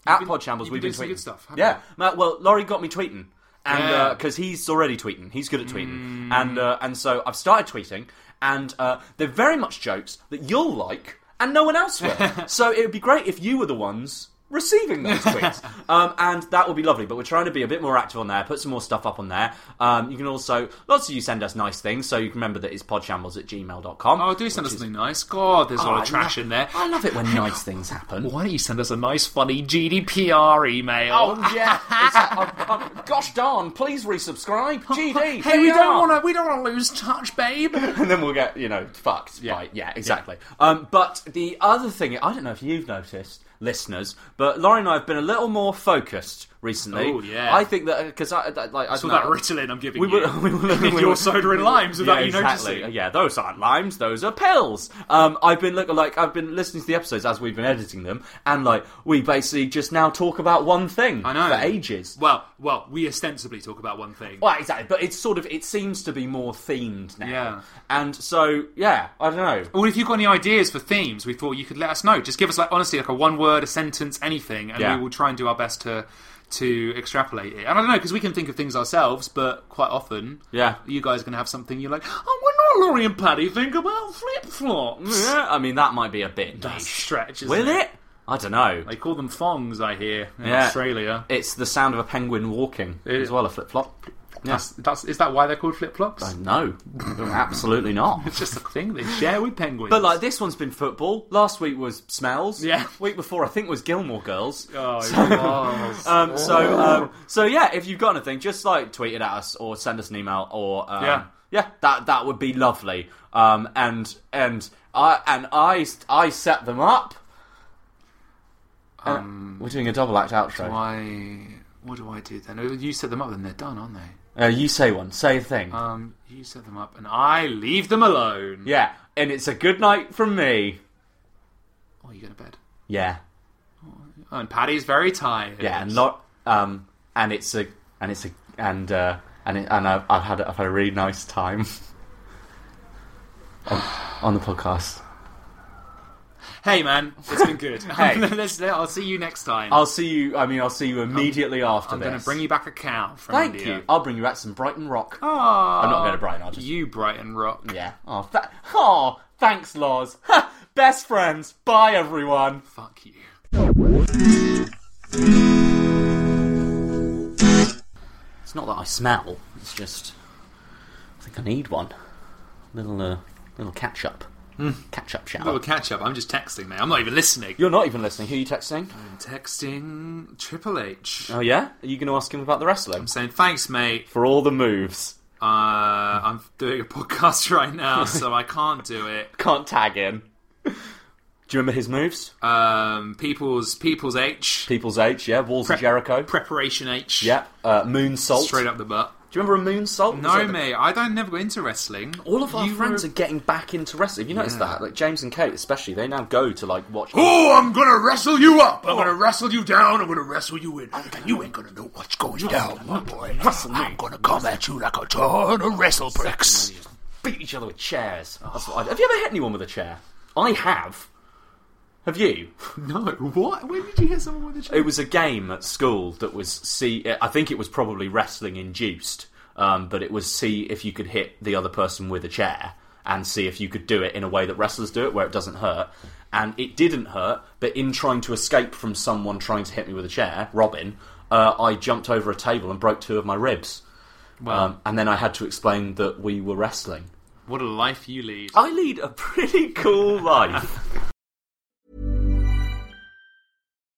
At
been-
Podshambles,
you've been
we've been
doing some
tweeting.
good stuff, haven't
Yeah,
you?
Ma- well, Laurie got me tweeting,
Yeah. Mm.
and because he's already tweeting, he's good at tweeting, and uh, and so I've started tweeting, and uh, they're very much jokes that you'll like and no one else will. so it would be great if you were the ones receiving those tweets, um, and that would be lovely. But we're trying to be a bit more active on there, put some more stuff up on there. Um, you can also lots of you send us nice things, so you can remember that it's podshambles at gmail.com.
Oh, do send us something nice. God, there's a lot of trash in there.
Oh, I love it when nice things happen.
Why don't you send us a nice, funny GDPR email?
Oh yeah! It's- uh, uh, gosh darn! Please resubscribe, GD.
Hey, we don't
want
want to. We don't want to lose touch, babe.
And then we'll get you know fucked. Yeah,
Yeah.
yeah, exactly. Um, but the other thing, I don't know if you've noticed, listeners, but Laurie and I have been a little more focused recently.
Oh, yeah.
I think that because I that- like I
It's all
dunno.
that Ritalin I'm giving
We
you.
were, we were,
With your soda and limes without
yeah,
you
exactly.
noticing.
Yeah, those aren't limes; those are pills. Um, I've been looking like I've been listening to the episodes as we've been editing them, and like we basically just now talk about one thing
I know.
for ages.
Well, well, we ostensibly talk about one thing.
Well, exactly, but it's sort of it seems to be more themed now.
Yeah.
and so yeah, I don't know.
Well, if you've got any ideas for themes, we thought you could let us know. Just give us like honestly, like a one word, a sentence, anything, and
Yeah.
we will try and do our best to to extrapolate it. And I don't know because we can think of things ourselves, but quite often,
Yeah.
you guys are going to have something you're like, oh, what do Laurie and Paddy think about flip flops?
Yeah, I mean that might be a bit niche.
Stretch, isn't
Will it? I don't know.
They call them thongs, I hear, in
Yeah.
Australia.
It's the sound of a penguin walking as well, a flip flop.
That's, that's, is that why they're called flip flops?
No, absolutely not.
It's just a thing they share with penguins.
But like this one's been football. Last week was smells.
Yeah.
Week before I think was Gilmore Girls.
oh, it was.
Um, so um, so yeah, if you've got anything, just like tweet it at us or send us an email or um,
Yeah.
that that would be lovely. Um, and and I and I I set them up. Um, we're doing a double act outro.
why? What do I do then? Oh, You set them up, then they're done, aren't they?
Uh, you say one, say a thing.
Um, you set them up, and I leave them alone.
yeah, and it's a good night from me.
Oh, you go to bed.
Yeah,
Oh, and Paddy's very tired.
yeah, and lot. Um, and it's a and it's a and uh, and it, and I've, I've had I've had a really nice time on, on the podcast.
Hey, man, it's been good. Um,
Hey.
Let's- I'll see you next time.
I'll see you. I mean, I'll see you immediately after
I'm
this.
going to bring you back a cow from
Thank
India.
you. I'll bring you back some Brighton rock.
Oh,
I'm not going to Brighton. I'll just
You Brighton rock.
yeah. Oh, tha- oh thanks, Lars. Ha, Best friends. Bye, everyone.
Fuck you.
It's not that I smell. It's just I think I need one. Little uh, little catch up. Catch up shower.
Little catch up. I'm just texting, mate. I'm not even listening.
You're not even listening. Who are you texting?
I'm texting Triple H.
Oh yeah. Are you going to ask him about the wrestling
I'm saying thanks, mate.
for all the moves?
Uh, I'm doing a podcast right now, so I can't do it.
Can't tag him. Do you remember his moves?
Um, people's people's H.
People's H, yeah. Walls
Prep-
of Jericho.
Preparation H.
Yeah, uh, moon salt.
Straight up the butt.
Do you remember a moon salt?
No,
It was like the-
mate, I don't never go into wrestling.
All of our
You
friends
were-
are getting back into wrestling. Have you noticed that? Like James and Kate, especially, they now go to like watch.
Oh, I'm gonna wrestle you up. I'm gonna wrestle you down. I'm gonna wrestle you in. And you ain't gonna know what's going down, my boy. I'm gonna come at you like a ton of wrestle pricks.
beat each other with chairs. Oh, That's what I do. Have you ever hit anyone with a chair? I have. Have you?
No, what? When did you hear someone with a chair?
It was a game at school that was see. I think it was probably wrestling induced, um, but it was see if you could hit the other person with a chair and see if you could do it in a way that wrestlers do it, where it doesn't hurt. And it didn't hurt, but in trying to escape from someone trying to hit me with a chair, Robin, uh, I jumped over a table and broke two of my ribs. Um, and then I had to explain that we were wrestling.
What a life you lead.
I lead a pretty cool life.